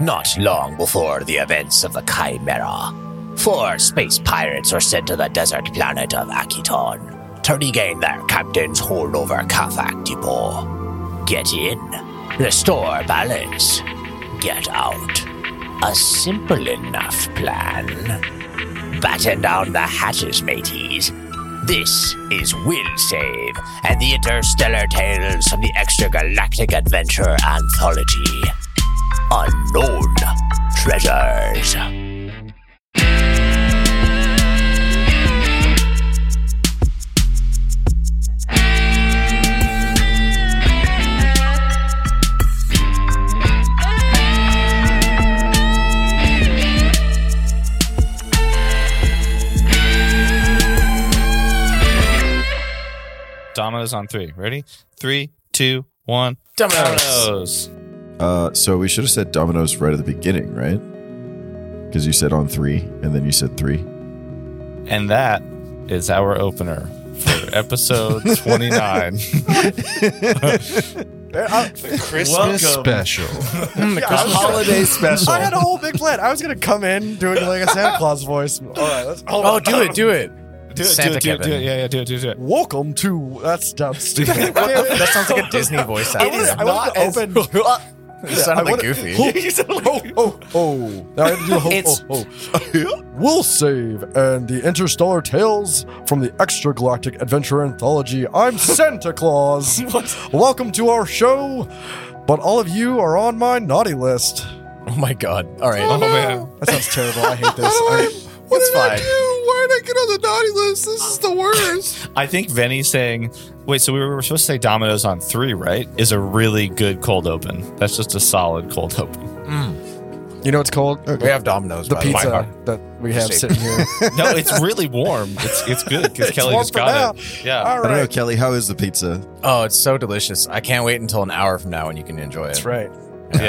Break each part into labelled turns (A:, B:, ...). A: not long before the events of the Chimera. Four space pirates were sent to the desert planet of Akiton to regain their captain's hold over Kafak Depot. Get in, restore balance, get out. A simple enough plan. Batten down the hatches, mateys. This is Will Save and the Interstellar Tales from the Extragalactic Adventure Anthology. Unknown Treasures.
B: Dominoes on three. Ready? Three, two, one.
A: Dominoes.
B: Dominoes.
C: Uh, so we should have said dominoes right at the beginning, right? Because you said on three, and then you said three.
B: And that is our opener for episode 29.
D: Uh, Christmas special.
B: Mm,
E: holiday special.
F: I had a whole big plan. I was gonna come in doing like a Santa Claus voice. All right, let's. Hold
E: Oh,
F: on.
E: do it, do it.
B: do it, do
E: Santa
B: it, do it, do it.
E: Kevin.
B: Yeah, yeah, do it, do it, do it.
F: Welcome to that's dumb stupid.
E: That sounds like a Disney voice.
F: I wanted, I wanted to open.
E: It sounded
F: I
E: like
F: wanted-
E: Goofy.
F: Oh, oh, oh! Now I have to do the whole.
E: It's-
F: oh, oh. We'll save and the interstellar tales from the extragalactic adventure anthology. I'm Santa Claus. Welcome to our show, but all of you are on my naughty list.
E: Oh my god. All right.
B: Oh, man.
F: That sounds terrible. I hate this. I-
E: It's fine.
D: Why did I get on the naughty list? This is the worst.
B: I think Venny saying, wait, so we were supposed to say Dominoes on three, right? Is a really good cold open. That's just a solid cold open.
F: you know what's called?
E: We have Domino's.
F: the
E: by way.
F: pizza that we have
E: Shake.
F: sitting here.
B: No, it's really warm. It's it's good because Kelly
F: warm
B: just
F: for
B: got it. Yeah.
F: All
C: I don't know,
F: right.
C: Kelly. How is the pizza?
E: Oh, it's so delicious. I can't wait until an hour from now when you can enjoy it.
F: That's right.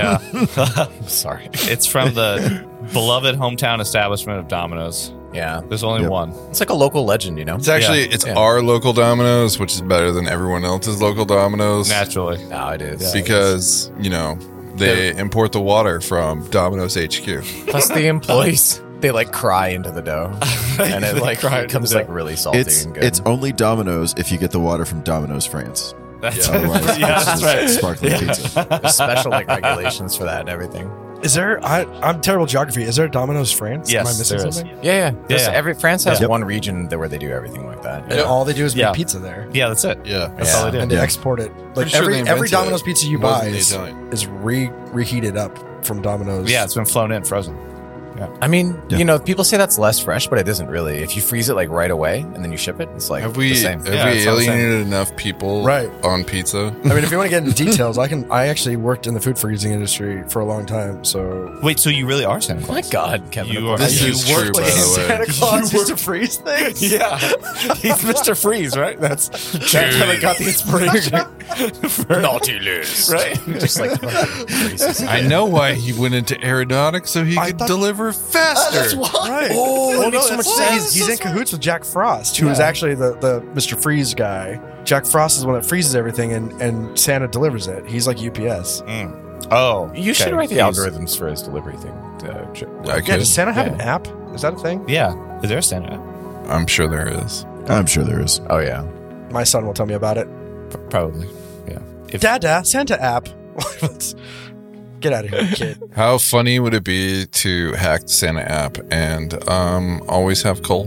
B: Yeah.
E: Sorry.
B: it's from the beloved hometown establishment of Domino's.
E: Yeah.
B: There's only
C: Yep.
B: one.
E: It's like a local legend, you know?
D: It's actually it's
E: Yeah.
D: our local Domino's, which is better than everyone else's local Domino's
B: Naturally.
E: No, it is.
D: because you know they import the water from Domino's HQ.
E: Plus the employees, they like cry into the dough, and it
B: They
E: like
B: cry into
E: becomes
B: the
E: like
B: dough.
E: really salty
C: It's
E: and good.
C: it's only Domino's if you get the water from Domino's France.
B: That's,
C: Otherwise,
B: yeah,
C: it's
B: that's
C: just
B: right.
C: sparkling pizza.
E: There's special like regulations for that and everything.
F: Is there? I, I'm terrible at geography. Is there a Domino's France?
B: Yes,
F: Am I missing
B: there is.
F: something?
E: Yeah, yeah. There's
B: Yeah.
E: Every France has
C: Yep.
E: one region that where they do everything like that.
F: And all they do is
B: Yeah.
F: make pizza there,
B: Yeah, that's it.
D: Yeah,
B: That's
E: Yeah.
B: all they
F: and
B: do.
F: they
C: Yeah.
F: export it. Like
D: Pretty sure
F: every
D: they
F: every
D: invented
F: Domino's
D: it.
F: pizza you
D: More
F: buy
D: than the
F: is,
D: Italian.
F: is re reheated up from Domino's.
B: Yeah, it's been flown in frozen.
E: I mean,
C: Yeah.
E: you know, people say that's less fresh, but it isn't really. If you freeze it like right away and then you ship it, it's like
D: Have we
E: the same.
D: have
B: Yeah,
D: we
B: it's all the same.
D: alienated enough people
F: Right.
D: on pizza?
F: I mean, if you want to get into details, I can. I actually worked in the food freezing industry for a long time, so.
B: Wait, so you really are Santa
E: Oh my
B: Claus?
E: God, Kevin.
B: You
E: of
B: are-
E: course.
D: This
B: You
D: is
B: work
D: true, by
B: like a
D: the way.
F: Claus used to freeze things.
B: Yeah, he's Mr. Freeze, right? That's that's how they got the inspiration for
E: Nautilus.
B: right.
E: Just like fucking freezes.
D: I know why he went into aeronautics so he
F: I
D: could
F: thought- Uh,
D: deliver faster.
F: Right.
E: Oh,
F: Well,
E: that
F: it
E: makes
F: makes
E: so
F: so much
E: much
F: sense.
E: sense.
F: He's, he's in cahoots with Jack Frost, who is actually the, the Mr. Freeze guy. Jack Frost is the one that freezes everything, and, and Santa delivers it. He's like UPS.
D: Mm-hmm.
B: Oh,
E: You should
B: okay.
E: write the
B: He's-
E: algorithms for his delivery thing. Uh, ch-
D: I
F: Yeah,
D: could.
F: does Santa have
B: Yeah.
F: an app? Is that a thing?
B: Yeah, is there a Santa?
D: I'm sure there is.
C: I'm sure there is.
E: oh yeah,
F: My son will tell me about it.
B: Probably. Yeah. If
F: Dada, Santa app. Let's get out of here, kid.
D: How funny would it be to hack the Santa app and um, always have coal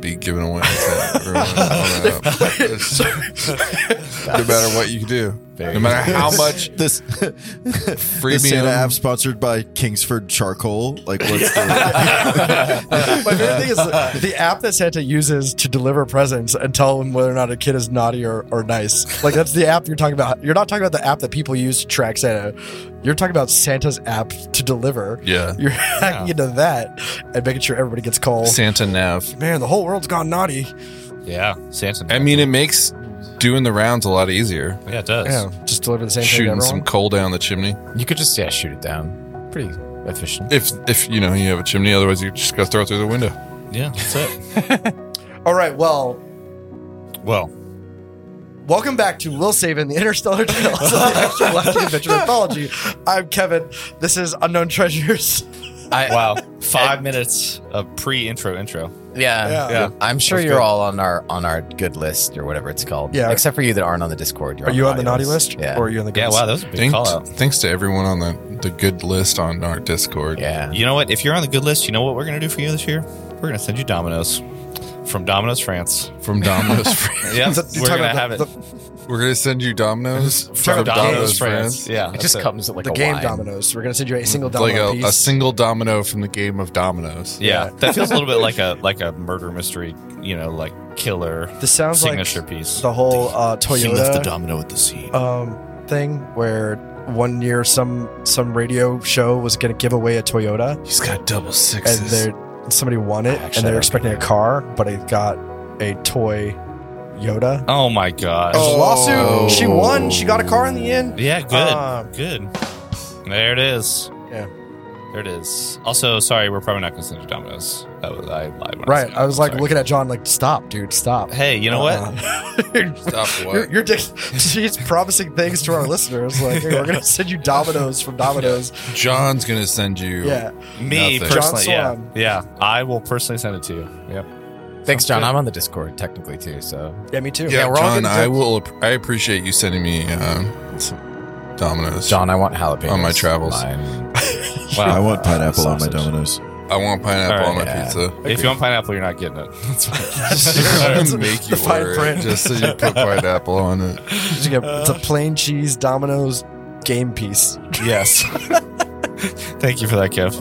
D: be given away? to everyone on that app? It's- no matter what you do, no matter how much
C: This
D: freemium.
C: this Santa app sponsored by Kingsford Charcoal. Like what's the
F: My favorite thing is the, the app that Santa uses to deliver presents and tell him whether or not a kid is naughty or, or nice. Like that's the app you're talking about. You're not talking about the app that people use to track Santa. You're talking about Santa's app to deliver.
D: Yeah.
F: You're hacking into that and making sure everybody gets called.
D: Santa nav.
F: Man, the whole world's gone naughty.
B: yeah, Santa.
D: I mean, it makes doing the rounds a lot easier.
B: yeah, it does.
F: Yeah, just deliver the same
D: Shooting
F: thing to
D: some
F: everyone.
D: coal down the chimney.
E: you could just yeah shoot it down. Pretty efficient.
D: If if you know you have a chimney, otherwise you just gotta throw it through the window.
B: Yeah, that's it.
F: All right, well,
B: well,
F: Welcome back to Will Saban, the Interstellar Tales of the Extragalactic Adventure Mythology. I'm Kevin. This is Unknown Treasures.
E: I,
B: Wow. Five minutes of pre intro intro.
E: Yeah,
F: Yeah.
B: Yeah.
E: I'm sure
B: That's
E: you're
B: good.
E: all on our on our good list or whatever it's called.
F: Yeah.
E: Except for you that aren't on the Discord. You're
F: Are you on the naughty list?
E: Yeah.
F: Or are you on the good
B: Yeah,
F: list?
B: wow, that was a big
D: Thanks,
B: call out.
D: thanks to everyone on the, the good list on our Discord.
E: yeah.
B: You know what? If you're on the good list, you know what we're going to do for you this year? We're going to send you Domino's from Domino's France.
D: From Domino's France.
B: Yeah,
F: So you're
B: we're
F: talking
B: going to
F: about
B: have it
F: the-
D: We're going to send you Domino's from Domino's France.
B: Yeah,
E: It just
B: that's
E: comes like
F: the
E: a
F: game
E: wine.
F: dominoes. We're gonna send you a single
D: Like
F: domino
D: a,
F: piece.
D: a single domino from the game of Domino's.
B: Yeah,
F: Yeah.
B: that feels a little bit like a like a murder mystery, you know, like killer
F: this sounds like
B: signature piece.
F: the whole uh, Toyota
A: domino at the sea.
F: um, thing where one year some some radio show was gonna give away a Toyota,
D: He's got double
F: and
D: sixes.
F: they somebody won it, and they're expecting a car, but it got a toy Yoda.
B: Oh my gosh!
F: There's a lawsuit. She won. She got a car in the end.
B: Yeah, good,
F: Um,
B: good. There it is.
F: Yeah.
B: there it is. Also, sorry, we're probably not going to send you Domino's. That was I lied. When
F: Right.
B: said
F: I was like
B: sorry.
F: looking at John, like, stop, dude, stop. Uh-huh.
B: Hey, you know what?
F: what?
D: Stop
F: You're,
D: what?
F: you're dick- she's promising things to our listeners. Like, hey, we're gonna send you dominoes from Domino's.
D: John's going to send you.
F: Yeah,
B: Me
D: Nothing.
B: personally,
F: John
B: yeah,
F: Swan.
B: yeah. I will personally send it to you. Yep.
E: Thanks, John. I'm on the Discord technically too, so
F: yeah, me too.
D: Yeah,
E: we're all
D: John,
E: gonna
D: I
E: do-
D: will. app- I appreciate you sending me um, some Domino's.
E: John, I want jalapenos
D: On my travels.
E: Lime.
C: I
B: Wow.
C: want pineapple on my
E: Sausage.
C: Domino's.
D: I want pineapple
B: All
D: on my
B: right,
E: yeah.
D: pizza.
B: if you want pineapple, you're not getting it. That's
D: I'm
B: fine.
D: gonna make you
F: the fine
D: order
F: print.
D: it just so you put pineapple on it.
F: It's like
D: Uh,
F: a- it's a plain cheese Domino's game piece.
B: yes. Thank you for that, Kev.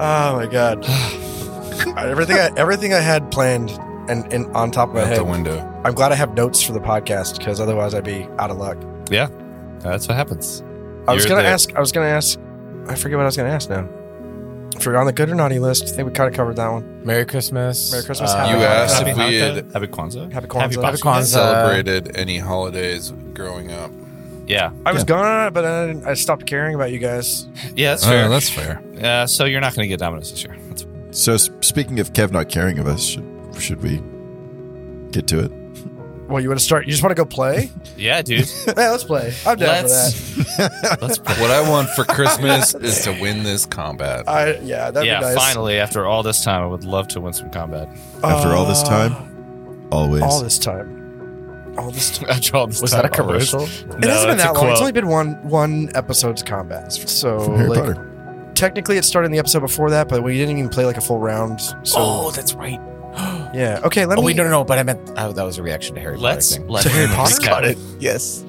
F: Oh my god! everything I everything I had planned and, and on top of my
D: Out the
F: head.
D: window.
F: I'm glad I have notes for the podcast because otherwise I'd be out of luck.
B: That's what happens.
F: I was
B: You're
F: gonna
B: the-
F: ask. I was gonna ask. I forget what I was gonna ask now. If we're on the good or naughty list, I think we kind of covered that one.
E: Merry Christmas.
F: Merry Christmas,
E: Uh,
F: happy
D: You asked
B: Happy
D: if we
B: Hanukkah,
D: had
B: Happy Kwanzaa.
F: Happy Kwanzaa.
B: Happy
E: Happy Kwanzaa.
D: celebrated any holidays growing up.
B: Yeah.
F: I was gonna, but I, didn't- I stopped caring about you guys.
B: Yeah, that's
D: Oh,
B: fair.
D: that's fair.
B: uh, so you're not going to get Domino's this year. That's
C: So s- speaking of Kev not caring of us, should, should we get to it?
F: Well, you want to start? You just want to go play?
B: yeah, dude.
F: yeah, let's play. I'm down for
B: Let's. let's
D: What I want for Christmas is to win this combat.
F: that. I yeah, that'd
B: yeah,
F: be nice.
B: finally, after all this time, I would love to win some combat.
C: After all this
F: Uh,
C: time? Always.
F: all this time, all this time.
B: after all this
E: Was
B: time,
E: that a
B: always.
E: commercial?
B: No,
F: It hasn't been
B: that's a
F: that long.
B: quote.
F: It's only been one one episode's combat. So
C: From Harry
F: like,
C: Potter.
F: technically, it started in the episode before that, but we didn't even play like a full round. So
E: Oh, that's right.
F: yeah, okay. Let
E: Oh
F: me.
E: wait, no, no, no. But I meant oh, that was a reaction to Harry
B: Let's
E: Potter.
B: let's
F: To Harry Potter?
B: recap.
E: Got it. Yes.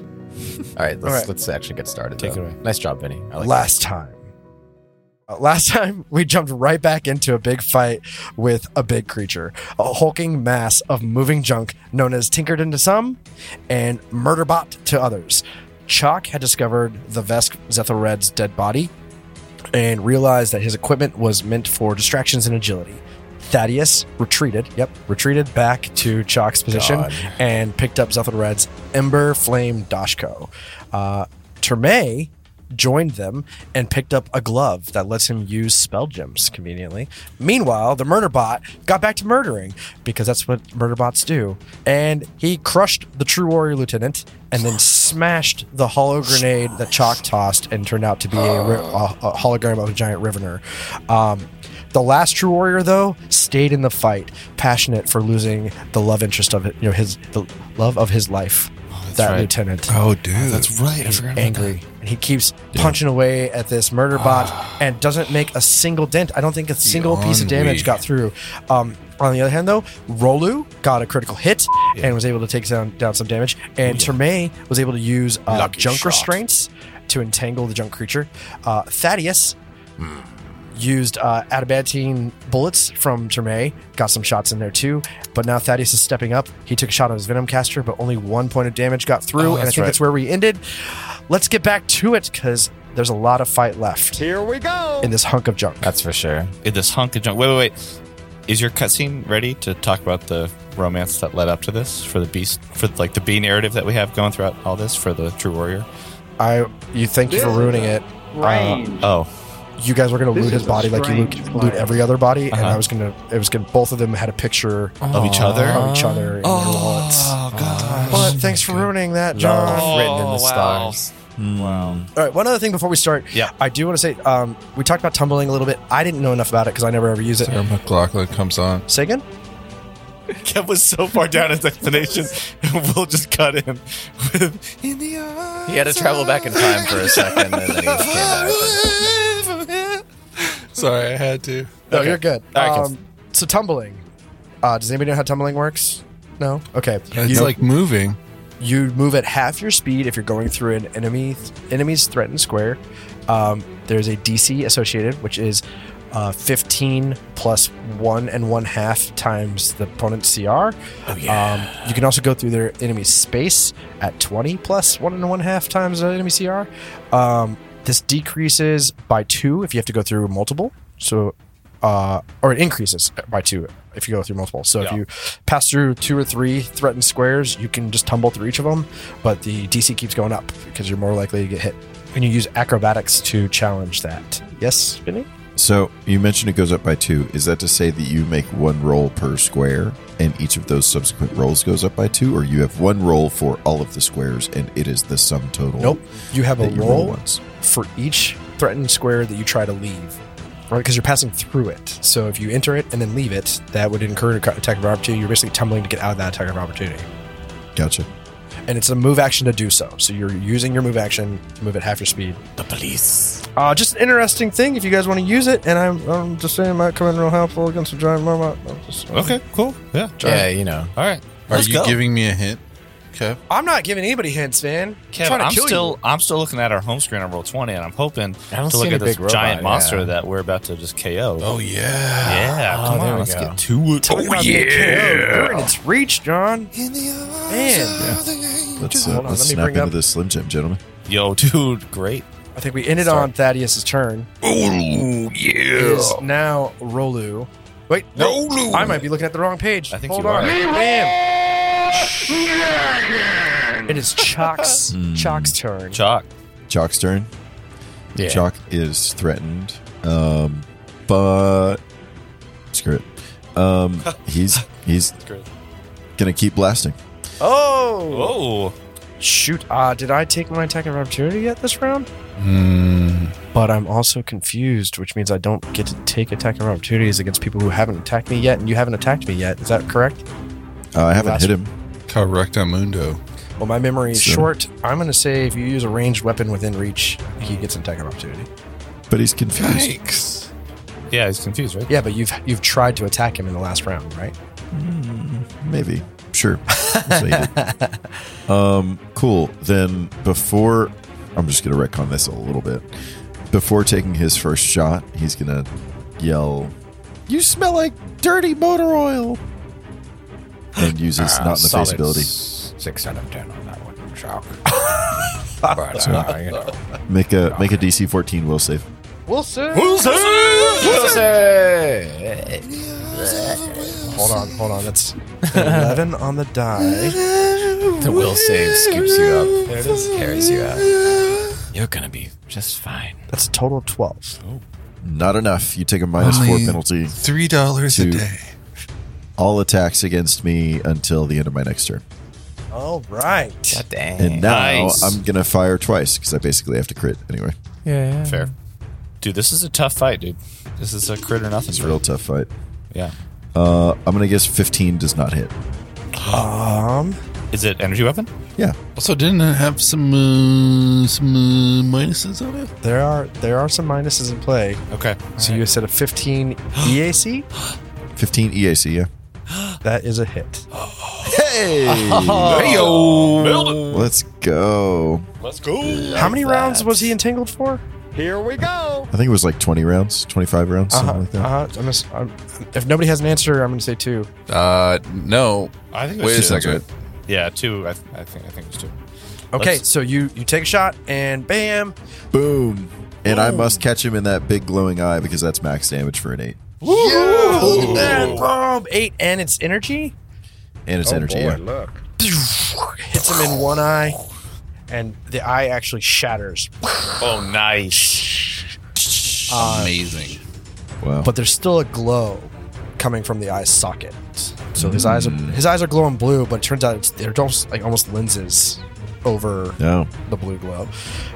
E: All right. Let's
F: All right.
E: let's actually get started.
B: Take
E: though.
B: it away.
E: Nice job, Vinny. I like
F: last time. Uh, Last time, we jumped right back into a big fight with a big creature, a hulking mass of moving junk known as Tinkerton to some and Murderbot to others. Chalk had discovered the Vesk Zethored's dead body and realized that his equipment was meant for distractions and agility. Thaddeus retreated, yep, retreated back to Chalk's position and picked up Zethored's Ember Flame Dashko. Uh, Terme joined them and picked up a glove that lets him use spell gems conveniently. Meanwhile, the murder bot got back to murdering because that's what murder bots do. And he crushed the True Warrior Lieutenant and then smashed the hollow grenade that Chalk tossed and turned out to be a, ri- a, a hologram of a giant Rivener. Um, the last True Warrior, though, stayed in the fight, passionate for losing the love interest of it, you know his the love of his life. that
B: right.
F: lieutenant
D: oh, dude. that's
B: right. I
F: He's
B: forgot about
F: angry. And he keeps punching away at this murder bot and doesn't make a single dent. I don't think a single piece of damage
D: ennui.
F: got through. Um, on the other hand, though, Rolu got a critical hit and was able to take down, down some damage. And Terme was able to use uh, junk restraints to entangle the junk creature. Uh, Thaddeus Hmm. used uh, adamantine bullets from Terme, got some shots in there too. But now Thaddeus is stepping up. He took a shot on his Venom caster, but only one point of damage got through. and I think Oh, that's where we ended. Let's get back to it because there's a lot of fight left. Here we go. In this hunk of junk.
E: That. That's for sure.
B: it. This hunk of junk. Wait, wait, wait. Is your cutscene ready to talk about the romance that led up to this for the beast for like the B narrative that we have going throughout all this for the True Warrior?
F: I you thank you for ruining it. Uh,
G: Range.
B: Oh,
F: You guys were gonna
G: This
F: loot his
G: is a
F: body like you
G: strange
F: loot, loot
G: plan.
F: every other body, and
B: Uh-huh.
F: I was gonna it was gonna both of them had a picture
B: of each other.
F: of each other in their wallets.
B: Oh, God.
F: But Thanks for ruining that, John.
E: Love written in
B: Oh, wow.
E: the
B: Hmm.
E: stars.
B: Wow.
F: All right, one other thing before we start.
B: Yeah.
F: I do want to say um, we talked about tumbling a little bit. I didn't know enough about it because I never ever use it.
D: Sarah McLaughlin comes on.
F: Say again?
B: Kev was so far down his explanation, and we'll just cut him with in the eyes.
E: He had to travel back in time for a second, and then he came back.
D: Sorry, I had to.
F: No, you're good.
B: All right,
F: Um, so tumbling. Uh, does anybody know how tumbling works? No. Okay.
D: It's
F: you,
D: Uh, like moving.
F: you move at half your speed if you're going through an enemy enemy's threatened square. Um, there's a DC associated, which is uh, 15 plus one and one half times the opponent's CR. Oh yeah. Um, you can also go through their enemy's space at 20 plus one and one half times the enemy CR. Um, this decreases by two if you have to go through multiple. So, uh, or it increases by two if you go through multiple. So if
B: Yeah.
F: you pass through two or three threatened squares, you can just tumble through each of them, but the DC keeps going up because you're more likely to get hit. And you use acrobatics to challenge that. Yes, spinning.
C: So you mentioned it goes up by two. Is that to say that you make one roll per square, and each of those subsequent rolls goes up by two, or you have one roll for all of the squares, and it is the sum total?
F: Nope. You have a
C: That you roll
F: roll
C: once.
F: for each threatened square that you try to leave, right? Because you're passing through it. So if you enter it and then leave it, that would incur an attack of opportunity. You're basically tumbling to get out of that attack of opportunity.
C: Gotcha.
F: And it's a move action to do so. So you're using your move action to move at half your speed.
A: The police.
F: Uh, just an interesting thing if you guys want to use it. And I'm, I'm just saying it might come in real helpful against a giant marmot. I'm just-
B: Okay, cool. Yeah.
E: Yeah, you know.
B: All right.
D: Are
A: Let's
D: you
A: go.
D: giving me a hint, Kev?
F: I'm not giving anybody hints, man.
B: Kev,
F: trying to
B: I'm
F: kill
B: still
F: you.
B: I'm still looking at our home screen on roll twenty, and I'm hoping
E: I don't
B: to
E: see
B: look
E: any
B: at this
E: big robot,
B: giant monster
E: yeah.
B: that we're about to just KO.
D: Oh, yeah.
B: yeah, come
E: there
B: on,
E: we
B: let's
E: go.
B: get
D: Oh,
B: to it.
F: Talking about being KO'd. You're in its reach, John. Man.
C: Let's,
F: Hold
C: uh,
F: on, let
C: let's
F: me
C: snap
F: bring
C: into
F: up-
C: this Slim Jim, gentlemen.
B: Yo, dude, great.
F: I think we ended on Thaddeus's turn. Oh yeah. Is now Rolu. Wait, no, I might be looking at the wrong page.
B: I think
F: Hold
B: you
F: on.
B: are.
F: Bam. It is Chalk's
B: Hmm.
F: Chalk's turn.
B: Chalk.
C: Chalk's turn.
E: Yeah.
C: Chalk is threatened, um, but screw it. Um, he's he's
B: Screw it.
C: gonna keep blasting.
F: Oh
B: Whoa.
F: shoot! Uh, did I take my attack of opportunity yet this round? But I'm also confused, which means I don't get to take attack of opportunities against people who haven't attacked me yet, and you haven't attacked me yet. Is that correct?
C: Uh, I haven't
F: Last-
C: hit him.
D: Correcto mundo.
F: Well, my memory is
C: Sure.
F: short. I'm going to say if you use a ranged weapon within reach, I think he gets an attack of opportunity.
C: But he's confused.
D: Yikes.
B: Yeah, he's confused, right?
F: Yeah, but you've you've tried to attack him in the last round, right?
C: Maybe. Sure. We'll say he did. um, cool. Then before, I'm just gonna retcon this a little bit. Before taking his first shot, he's gonna yell, "You smell like dirty motor oil," and uses not in the face
E: Solid
C: ability.
E: Six out of ten on that one. Shock. but, uh, you know.
C: Make a make a DC 14 will save.
F: Hold on, hold on. That's eleven on the die.
E: The will save scoops you up. There it is. Carries you out. You're gonna be just fine.
F: That's a total of twelve.
C: Not enough. You take a minus four
D: Only-
C: penalty.
D: Three dollars a
C: Two.
D: day.
C: All attacks against me until the end of my next turn.
F: All right.
E: Dang.
C: And now
B: Nice.
C: I'm gonna fire twice because I basically have to crit anyway.
E: yeah.
B: Fair. Dude, this is a tough fight, dude. This is a crit or nothing.
C: It's a
B: for
C: real tough fight.
B: Yeah.
C: Uh, I'm gonna guess 15 does not hit.
F: Um,
B: Is it energy weapon?
C: Yeah,
D: Also, didn't it have some uh, some uh, minuses on it?
F: there are there are some minuses in play.
B: Okay.
F: So you said a fifteen E EAC.
C: 15 EAC. E Yeah.
F: That is a hit.
C: Hey,
B: Build
C: let's go.
B: it. Let's go.
F: How many rounds was he entangled for?
C: I think it was like 20 rounds, 25 rounds, something like that.
F: Uh-huh. I'm just, I'm, if nobody has an answer, I'm going to say two.
D: Uh, no.
B: I think it was
D: Wait a
B: two.
D: second.
B: Yeah, two. I, th- I think I think it was two.
F: Okay,
B: Let's-
F: so you you take a shot and bam,
C: Boom. And I must catch him in that big glowing eye because that's max damage for an eight,
F: Look at that, boom, eight, and its energy
C: and it's energy. yeah.
F: hits him in one eye, and the eye actually shatters.
B: Oh, nice.
D: Amazing.
C: Wow.
F: But there's still a glow coming from the eye socket. So his eyes are
A: Mm.
F: his eyes are glowing blue, but it turns out it's, they're almost like almost lenses over
C: No,
F: the blue glow.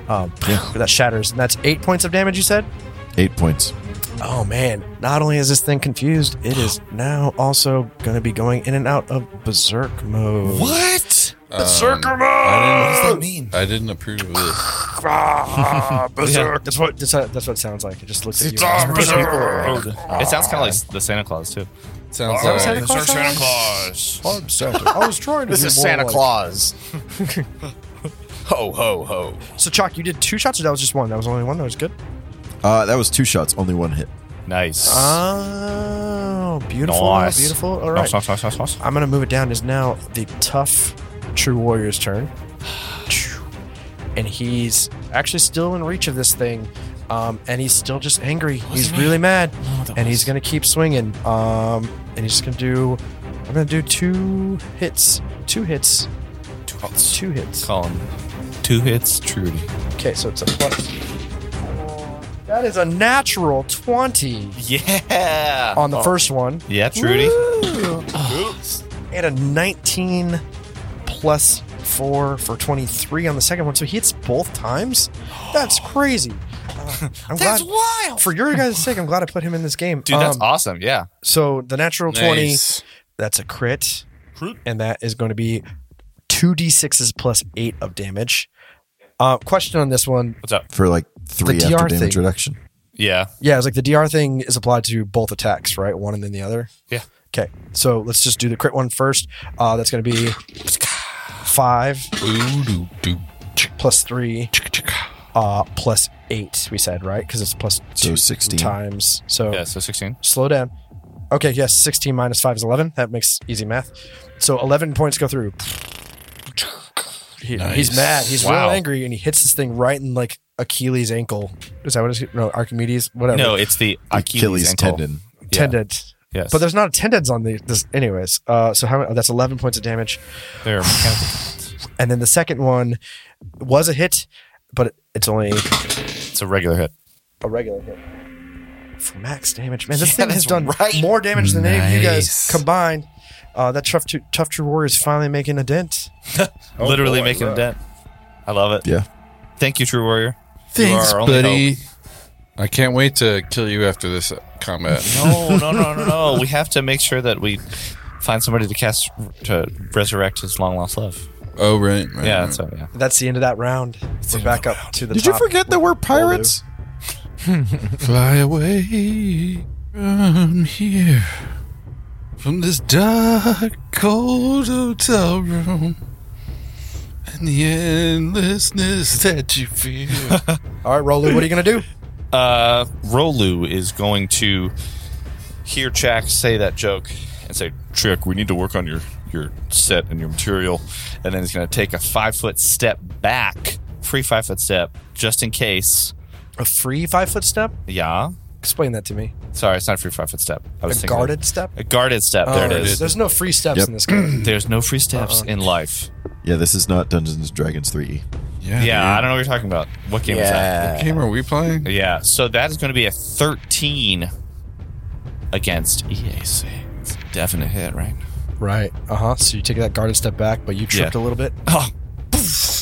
F: Um, That shatters, and that's eight points of damage. You said.
C: eight points.
F: Oh man! Not only is this thing confused, it is now also going to be going in and out of berserk mode.
B: What?
D: circle
B: What does
D: Um, I
B: that
D: didn't,
B: mean?
D: I didn't approve of this.
F: Ah, berserk. That's what that's, how- that's what it sounds like. It just looks at you.
B: It sounds kind of like the Santa Claus too.
D: Sounds
F: that was
D: like
F: Claus sound
E: Claus.
F: I'm Santa. I was trying to.
A: This
F: be
A: is
F: more
A: Santa
F: like-
A: Claus. ho, ho, ho.
F: So Chalk, you did two shots, or that was just one? That was only one. That was good.
C: Uh, that was two shots, only one hit.
B: Nice.
F: Oh, Ah, beautiful,
B: Nice.
F: beautiful. All
B: Nice,
F: right,
B: nice, nice, nice, nice.
F: I'm gonna move it down. Is now the tough True Warrior's turn, and he's actually still in reach of this thing, um, and he's still just angry. he's really mad, and he's gonna keep swinging. Um, and he's gonna do. I'm gonna do two hits. Two hits. Two hits. Two hits.
B: Call him. Two hits, Trudy.
F: Okay, so it's a plus. That is a natural 20
B: Yeah.
F: on the first one
B: Yeah, Trudy.
F: and a 19 plus 4 for 23 on the second one. So he hits both times? That's crazy. Uh, I'm
B: That's
F: glad,
B: wild.
F: For your guys' sake, I'm glad I put him in this game.
B: Dude, that's
F: Um,
B: awesome. Yeah.
F: So the natural 20,
D: Nice.
F: that's a crit. And that is going to be 2d6s plus 8 of damage. Uh, question on this one.
B: What's up?
C: for like three
F: The
C: after
F: DR
C: damage
F: thing.
C: reduction.
B: Yeah.
F: Yeah, it's like the DR thing is applied to both attacks, right? One and then the other.
B: Yeah.
F: Okay, so let's just do the crit one first. Uh, that's going to be five plus three uh, plus eight. We said right because it's plus
C: So
F: two
C: 16.
F: times. So
B: Yeah, so 16.
F: slow down. Okay, yes, sixteen minus five is eleven. That makes easy math. So eleven points go through. He- He's mad. He's
B: Wow.
F: real angry, and he hits this thing right in like Achilles' ankle. Is that what it's? No, Archimedes. Whatever.
B: No, it's the Achilles,
C: Achilles
B: ankle.
C: tendon.
B: Yeah.
F: tendon.
B: Yes.
F: But there's not a tendons on the this anyways. Uh, so how many, that's 11 points of damage.
B: They're mechanical.
F: And then the second one was a hit, but it's only
B: It's a regular hit.
F: a regular hit. For max damage. Man, this
B: Yeah,
F: thing has
B: that's
F: done
B: right.
F: more damage than any of you guys
E: Nice.
F: combined. Uh, that tough, two, tough true warrior is finally making a dent.
B: Literally making a dent. I love it.
C: Yeah.
B: Thank you, True Warrior.
E: Thanks,
B: our only
E: buddy.
D: I can't wait to kill you after this combat.
B: No, no, no, no, no. we have to make sure that we find somebody to cast to resurrect his long lost love.
D: Oh right, right,
B: Yeah,
D: right.
B: that's what, yeah.
F: That's the end of that round. We're back up to the
C: Did
F: top.
C: you forget that we're pirates?
D: Fly away from here, from this dark, cold hotel room, and the endlessness that you feel.
F: All right, Rolu, what are you going to do?
B: Uh, Rolu is going to hear Chak say that joke and say, Chick, we need to work on your, your set and your material. And then he's going to take a five foot step back, free five foot step, just in case.
F: A free five foot step?
B: Yeah.
F: Explain that to me.
B: Sorry, it's not a free five foot step. I was
F: A
B: thinking-
F: guarded step?
B: A guarded step. there it
F: Oh,
B: is.
F: There's no free steps
C: Yep.
F: in this game.
B: There's no free steps
F: Uh-huh.
B: in life.
C: Yeah, this is not Dungeons and Dragons E. 3E.
B: Yeah, I
D: dude.
B: don't know what you're talking about. What game is that?
D: What game are we playing?
B: Yeah, so that is going to be a 13 against EAC. It's a definite hit, right?
F: Right. Uh huh. So you take that guarded step back, but you tripped
B: Yeah.
F: a little bit.
B: Oh,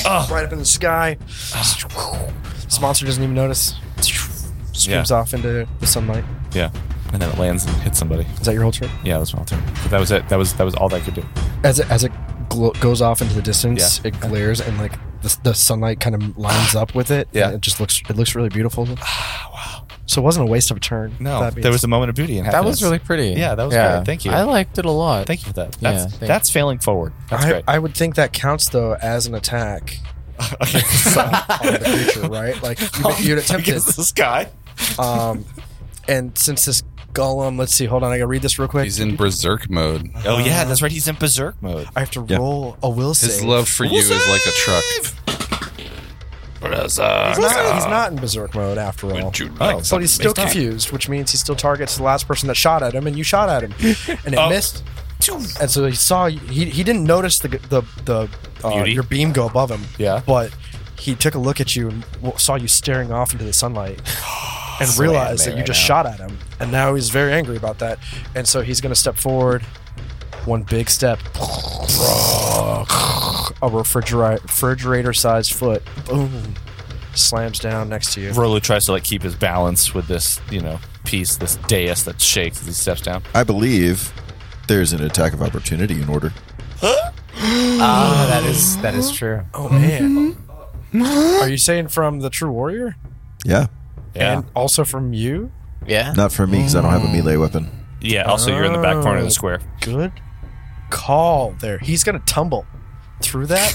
B: ah.
F: Right up in the sky. This monster doesn't even notice. Scoops
B: Yeah.
F: off into the sunlight.
B: yeah. And then it lands and hits somebody.
F: Is that your whole turn?
B: Yeah, that was my turn. But that was it. That was that was all that could do.
F: As it as it glo- goes off into the distance, it glares and like the, the sunlight kind of lines up with it.
B: Yeah.
F: and it just looks it looks really beautiful. wow. So it wasn't a waste of a turn.
B: No,
F: That means-
B: there was a moment of beauty and
E: That was
B: happiness.
E: really pretty.
B: Yeah, that was great. Thank you.
E: I liked it a lot.
B: Thank you for that.
E: Yeah,
B: That's
E: thank you.
B: that's failing forward. That's
F: I,
B: great.
F: I would think that counts though as an attack. on the creature, right? Like
B: Oh,
F: you, you'd attempt it.
B: Against the sky.
F: Um, and since this golem, let's see. Hold on, I gotta read this real quick.
D: He's in berserk mode.
B: Oh yeah, that's right. He's in berserk mode.
F: I have to
C: Yeah.
F: roll a will save.
D: His love for you is like a truck.
F: he's, not, he's not in berserk mode after all.
B: Oh,
F: But he's still confused, which means he still targets the last person that shot at him, and you shot at him, and it
B: Oh.
F: missed. And so he saw he, he didn't notice the the the uh,
B: Beauty?
F: your beam go above him.
B: Yeah.
F: but he took a look at you and w- saw you staring off into the sunlight, and realized that
E: anime
F: you
E: right
F: just
E: now.
F: shot at him, and now he's very angry about that, and so he's going to step forward. One big step. A refrigerator refrigerator sized foot. Boom. Slams down next to you.
B: Rolu tries to like keep his balance with this, you know, piece, this dais that shakes as he steps down.
C: I believe there's an attack of opportunity in order.
E: Ah, that is that is true.
F: Oh man. Mm-hmm. Are you saying from the True Warrior?
C: Yeah.
F: And also from you?
E: Yeah.
C: Not for me because I don't have a melee weapon.
B: Yeah. Also, you're in the back corner of the square.
F: Good call there. He's gonna tumble through that.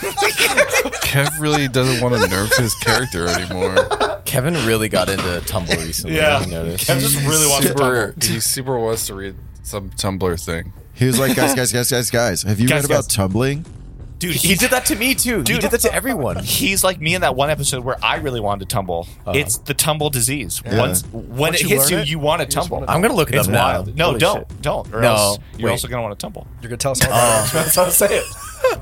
D: Kev really doesn't want to nerf his character anymore.
E: Kevin really got into Tumblr recently.
B: Yeah.
E: I noticed.
B: Kev just really wants to
D: super, he super wants to read some Tumblr thing.
C: He was like, guys, guys, guys, guys, guys. Have you
B: Guys,
C: read about
B: guys.
C: tumbling?
B: Dude,
E: He did that to me too. he
B: Dude.
E: did that to everyone.
B: He's like me in that one episode where I really wanted to tumble. it's the tumble disease. Once when it
F: you
B: hits
F: learn
B: you,
F: it,
B: you want to tumble.
E: I'm gonna look it
B: It's
E: up now.
B: wild. No,
E: Holy
B: don't,
E: shit.
B: don't, or
E: No,
B: else you're
E: wait.
B: also gonna want to tumble.
F: You're gonna tell us all about it.
E: That's what I'm saying.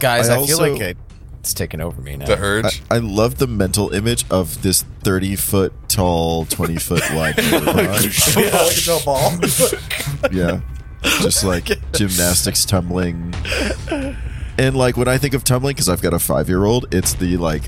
E: Guys,
C: I
E: I, feel
C: also-
E: like it's taken over me now.
D: The urge.
C: I love the mental image of this 30 foot tall, 20 foot wide. robot.
F: Like it's a ball.
C: yeah. Just like gymnastics tumbling. And like when I think of tumbling, because I've got a five year old, it's the like,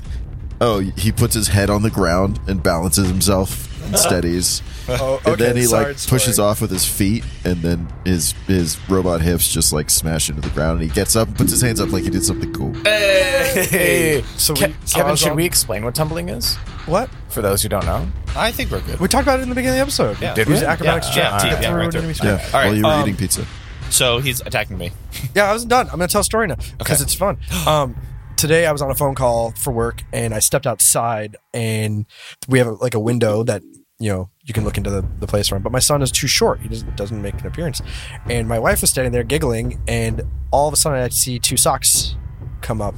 C: oh, he puts his head on the ground and balances himself and steadies.
F: Oh,
C: and then he
F: sorry,
C: like
F: it's
C: pushes
F: boring.
C: off with his feet, and then his his robot hips just like smash into the ground. And he gets up and puts his hands up like he did something cool.
E: Hey,
F: So
E: Ke-
F: we- so I
E: Kevin,
F: was
E: should
F: on-
E: we explain what tumbling is
F: What?
E: for those who don't know?
B: I think we're good.
F: We talked about it in the beginning of the episode.
B: Yeah.
E: Did
F: Use
E: we?
F: acrobatics
B: Yeah,
F: check
B: yeah,
F: to
B: yeah,
F: get
B: yeah,
F: through
B: right
F: an
B: there.
F: enemy's
C: Yeah,
F: attack.
B: All right,
C: while you were
B: um,
C: eating pizza.
B: So he's attacking me.
F: Yeah, I wasn't done. I'm gonna tell a story now because
B: Okay.
F: it's fun. Um, today I was on a phone call for work and I stepped outside and we have a, like a window that you know you can look into the, the place from. But my son is too short; he doesn't doesn't make an appearance. And my wife was standing there giggling, and all of a sudden I see two socks come up.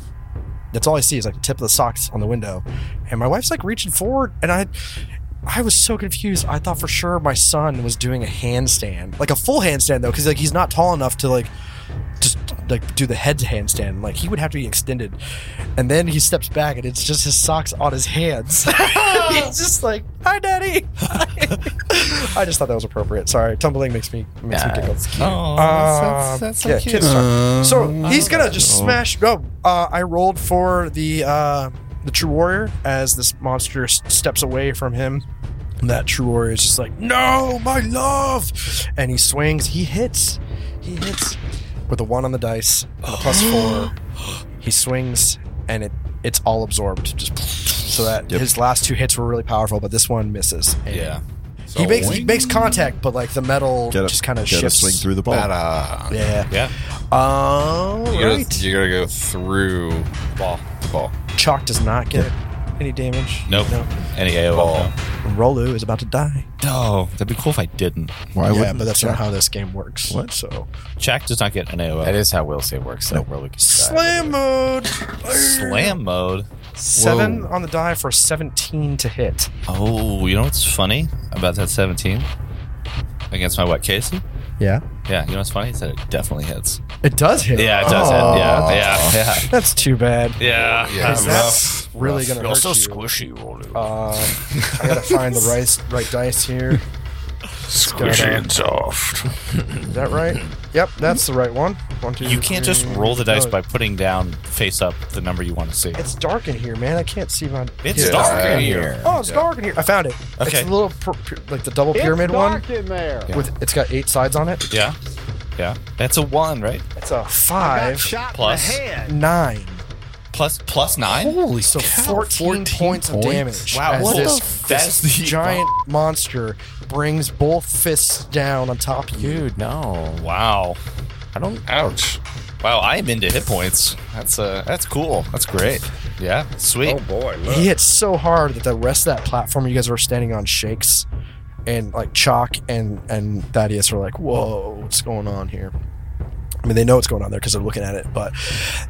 F: That's all I see is like the tip of the socks on the window, and my wife's like reaching forward, and I. I was so confused. I thought for sure my son was doing a handstand, like a full handstand though, because like he's not tall enough to like just like do the head handstand. Like he would have to be extended, and then he steps back, and it's just his socks on his hands. He's just like, "Hi, daddy." I just thought that was appropriate. Sorry, tumbling makes me makes me giggle.
B: Oh,
F: Um, yeah, kids
D: Uh,
F: are- so
C: Mm-hmm.
F: he's gonna just
C: Oh.
F: smash. No, uh, I rolled for the uh, the true warrior as this monster s- steps away from him. And that true warrior is just like, no, my love, and he swings. He hits. He hits with a one on the dice, a plus four. He swings, and it it's all absorbed. Just so that his last two hits were really powerful, but this one misses. And
B: yeah.
F: he makes he makes contact, but like the metal
C: Gotta-
F: just kind of
C: gotta
F: shifts. uh,
C: swing through the ball.
D: Ta-da.
F: Yeah.
B: Yeah.
F: All
D: You gotta,
F: right.
D: you gotta go through
B: Ball.
D: the ball.
F: Chalk does not get any damage.
B: Nope.
F: No.
B: Any AOL.
D: Ball.
F: Rolu is about to die.
B: No. That'd be cool if I didn't.
C: Why
F: yeah,
C: wouldn't
F: but that's not
C: Jack-
F: how this game works.
C: What?
F: So
B: Jack does not get an AOL.
E: That is how will save works. So we're looking.
F: slam mode.
B: Slam mode.
F: Seven on the die for seventeen to hit.
B: Oh, you know what's funny about that 17 against my wet Casey?
F: Yeah,
B: Yeah, you know what's funny is that it definitely hits.
F: it does hit.
B: Yeah, it does
F: Oh,
B: hit. Yeah, yeah, yeah,
F: That's too bad.
B: yeah.
D: Yeah.
F: Is that really gonna hurt you?
B: squishy, Rolu.
F: Um, I gotta find the right right dice here. Squishy and soft. Is that right? Yep, that's the right one. One, two.
B: you can't just
D: Mm.
F: three.
B: roll the dice
F: No,
B: by putting down face up the number you want to see.
F: It's dark in here, man. I can't see my.
B: It's
D: Yeah.
B: dark
D: Yeah.
B: in here.
F: Oh, it's dark in here. I found it.
B: Okay.
F: It's a little pr- pr- like the double pyramid one. With it's got eight sides on it.
B: Yeah, yeah. That's a one, right?
F: It's a five
B: Plus
F: nine.
B: plus plus nine.
F: Holy so 14, points, of damage.
B: Wow,
F: as
B: what
F: this,
B: the-
F: this
B: that's the-
F: giant monster brings both fists down on top of you.
E: Dude, no.
B: Wow,
E: I don't.
D: Ouch.
B: wow. I am into hit points. That's uh, that's cool. That's great. Yeah, sweet.
D: Oh, boy.
F: He hits so hard that the rest of that platform you guys were standing on shakes, and like Chalk and and Thaddeus are like, "Whoa, what's going on here?" I mean, they know what's going on there because they're looking at it. But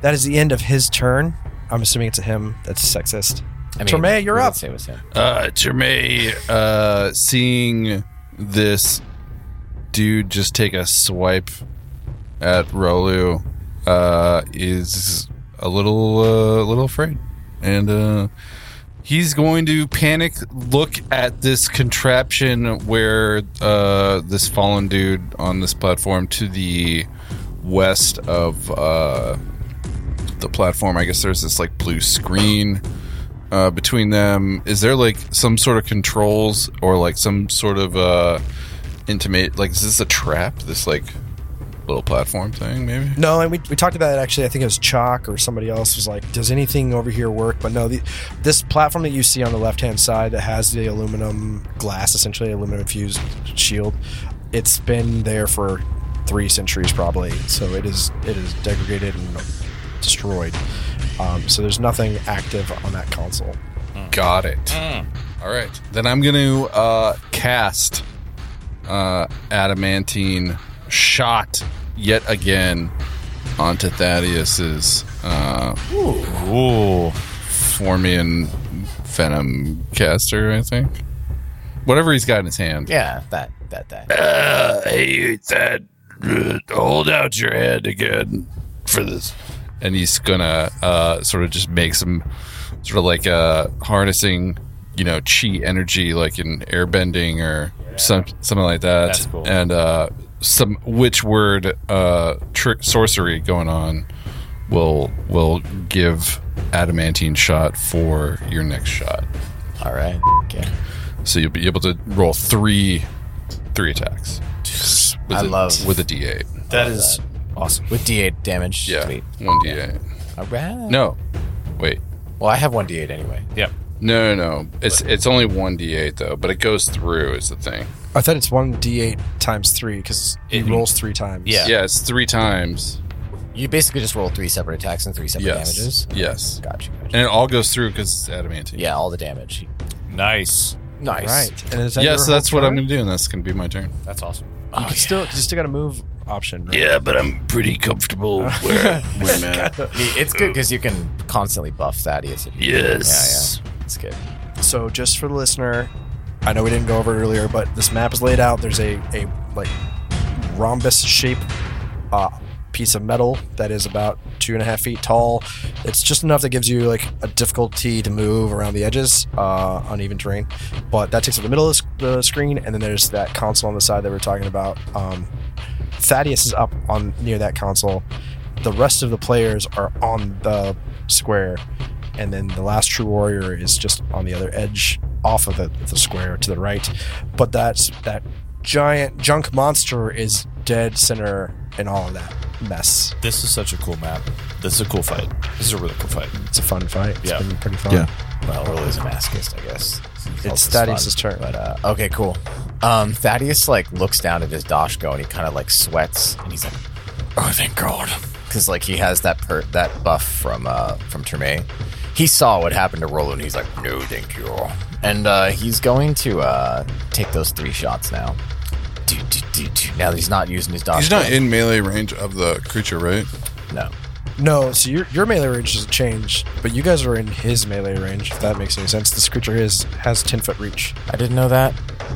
F: that is the end of his turn. I'm assuming it's a him. That's sexist.
E: I
F: Tormey, you're
E: we would
F: up.
E: Say it was him.
D: Uh, Jermaine, uh, seeing this dude just take a swipe at Rolu, uh, is a little, uh, a little afraid, and uh, He's going to panic look at this contraption where uh, this fallen dude on this platform to the west of uh, the platform. I guess there's this like blue screen uh, between them. Is there like some sort of controls or like some sort of uh, intimate? Like, is this a trap? This like little platform thing, maybe?
F: No, and we, we talked about it actually. I think it was Chalk or somebody else was like, "Does anything over here work?" But no, the, this platform that you see on the left hand side that has the aluminum glass, essentially aluminum fused shield, it's been there for three centuries probably. So it is it is degraded and destroyed. Um, so there's nothing active on that console.
D: Got it. All right. Then I'm going to uh, cast uh, Adamantine Shot yet again onto Thaddeus's uh,
B: Ooh.
D: Formian Venom caster, I think. Whatever he's got in his hand.
E: Yeah, that, that, that.
D: Hey, Thad, hold out your hand again for this. And he's gonna uh, sort of just make some sort of like uh, harnessing, you know, chi energy, like in airbending or some, something like that.
B: That's cool.
D: And uh, some witch word uh, trick sorcery going on will will give adamantine shot for your next shot.
E: All right. Okay.
D: So you'll be able to roll three three attacks. With
E: I
D: a-
E: love-
D: with a D eight.
B: That is
E: Awesome. With D8 damage.
D: Yeah.
E: Sweet.
D: One D eight.
E: All right.
D: No. Wait.
E: Well, I have one D8 anyway.
B: yeah.
D: No, no, no. It's it's only one D eight though, but it goes through is the thing.
F: I thought it's one d8 times three because it
B: It-
F: rolls three times.
B: Yeah.
D: Mm-hmm. Yeah, it's three times.
E: You basically just roll three separate attacks and three separate
D: Yes.
E: damages.
D: Yes.
E: Gotcha. gotcha.
D: And it all goes through because it's adamantine.
E: Yeah, all the damage.
B: Nice.
E: Nice.
F: Right. And is that
D: Yeah,
F: your
D: so that's
F: whole
D: what Oh, I'm
F: turn?
D: gonna do, and that's gonna be my turn.
B: That's awesome.
F: You can still, 'cause you still got a move option. Right?
D: Yeah, but I'm pretty comfortable where where I'm at.
E: I mean, It's good because you can constantly buff Thaddeus. If you
D: Yes.
E: Yeah, yeah. It's good.
F: So just for the listener, I know we didn't go over it earlier, but this map is laid out. There's a, a like rhombus shape uh, piece of metal that is about two and a half feet tall. It's just enough that gives you like a difficulty to move around the edges, uh, uneven terrain. But that takes up the middle of the screen, and then there's that console on the side that we are talking about. Um, Thaddeus is up on near that console. The rest of the players are on the square, and then the last true warrior is just on the other edge, off of the, the square to the right. But that's that giant junk monster is dead center in all of that mess.
B: This is such a cool map. This is a cool fight. This is a really cool fight.
F: It's a fun fight. It's
B: Yeah.
F: been pretty fun.
C: Yeah.
E: Well, we're always a masochist, I guess.
F: It's
E: Also
F: Thaddeus'
E: fun.
F: turn.
E: But uh, okay, cool. Um, Thaddeus like looks down at his Doshko and he kind of like sweats and he's like, "Oh, thank God," because like he has that per- that buff from uh from Tremaine. He saw what happened to Roland. He's like, "No, thank you," and uh, he's going to uh take those three shots now. Do, do, do, do. Now that he's not using his Doshko.
D: He's not in melee range of the creature, right?
E: No.
F: No, so your, your melee range doesn't change, but you guys are in his melee range, if that makes any sense. This creature is has 10 foot reach.
E: I didn't know that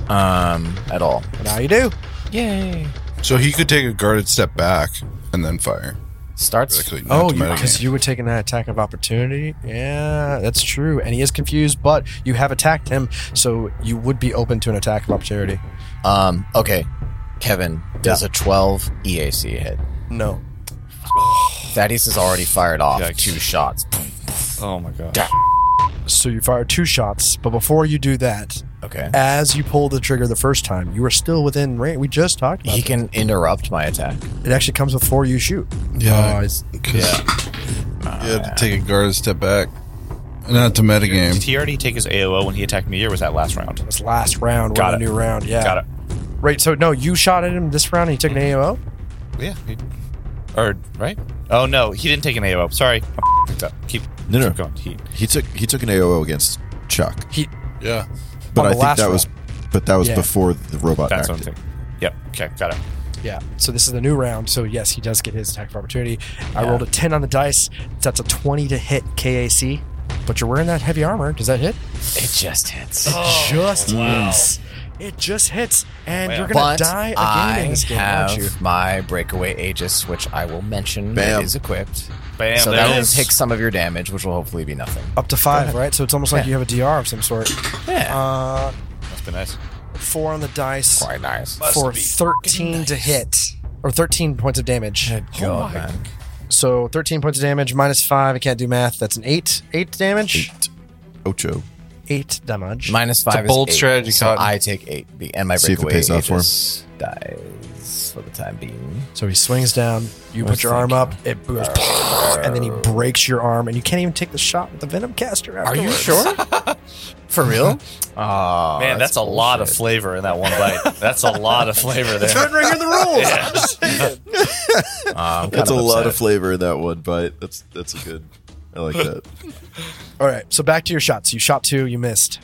E: um at all.
F: Now you do.
E: Yay!
D: So he could take a guarded step back and then fire.
E: Starts.
D: Actually, not
F: Oh,
D: to my
F: because
D: advantage.
F: you would take an attack of opportunity. Yeah, that's true. And he is confused, but you have attacked him, so you would be open to an attack of opportunity.
E: Um. Okay. Kevin does a 12 EAC hit.
F: No.
E: Thaddeus has already fired off
B: Yikes.
E: two shots.
B: Oh my gosh.
F: So you fire two shots, but before you do that,
E: Okay.
F: as you pull the trigger the first time, you are still within range. We just talked about
E: He can interrupt my attack.
F: it. It actually comes before you shoot. Oh,
D: Yeah.
F: it's-
D: You had to take a guarded step back. Not to metagame.
B: Did he already take his AOO when he attacked me, or was that last round?
F: it's last round.
B: Got
F: Got a
B: it.
F: new round. Yeah.
B: Got it.
F: Right. So no, you shot at him this round. and He took an AOO.
B: Yeah. he- or right? Oh no, he didn't take an AOO. Sorry, I'm picked up. Keep
C: No, no.
B: keep going. He,
C: He took he took an AOO against Chuck,
F: He
D: Yeah.
C: but
F: On
C: I
F: the
C: think
F: last
C: that was but that was
F: Yeah.
C: before the robot
B: that's what I'm
C: acted.
B: thinking. Yep. Okay. Got it.
F: Yeah. So this is the new round. So yes, he does get his attack of opportunity. I rolled a ten on the dice. That's a twenty to hit KAC. But you're wearing that heavy armor. Does that hit?
E: Oh. It just hits.
F: Just wow. It just hits, and
B: Well.
F: you're gonna
E: But
F: die again
E: I
F: in this game,
E: have
F: aren't you?
E: my breakaway Aegis, which I will mention
C: Bam.
E: that is equipped.
B: Bam,
E: so
B: there
E: that
B: it
E: will
B: is.
E: take some of your damage, which will hopefully be nothing.
F: Up to five, right? So it's almost like
E: Yeah.
F: you have a DR of some sort.
E: Yeah.
F: Uh,
B: That's been nice.
F: four on the dice
E: Quite nice.
F: for
B: be
F: 13 to hit, or 13 points of damage. Oh
E: God, man.
F: So 13 points of damage minus five. I can't do math. That's an eight. Eight damage.
C: Eight. Ocho.
F: Eight damage.
E: Minus five is
D: bold
E: eight,
D: strategy,
E: so
D: Cotton.
E: I take eight, be- and my
C: See if it
E: breakaway
C: pays off for him.
E: Aegis dies for the time being.
F: So he swings down. You put your arm up. It goes, and then he breaks your arm, and you can't even take the shot with the venom caster. Afterwards.
E: For real? oh,
B: Man, that's, a lot of
E: bullshit.
B: flavor in that one bite. That's a lot of flavor there.
F: Third ring in the rules.
E: Uh, I'm
C: That's a
E: kind
C: lot
E: upset.
C: of flavor in that one bite. That's that's a good. I like that.
F: All right. So back to your shots. You shot two. You missed.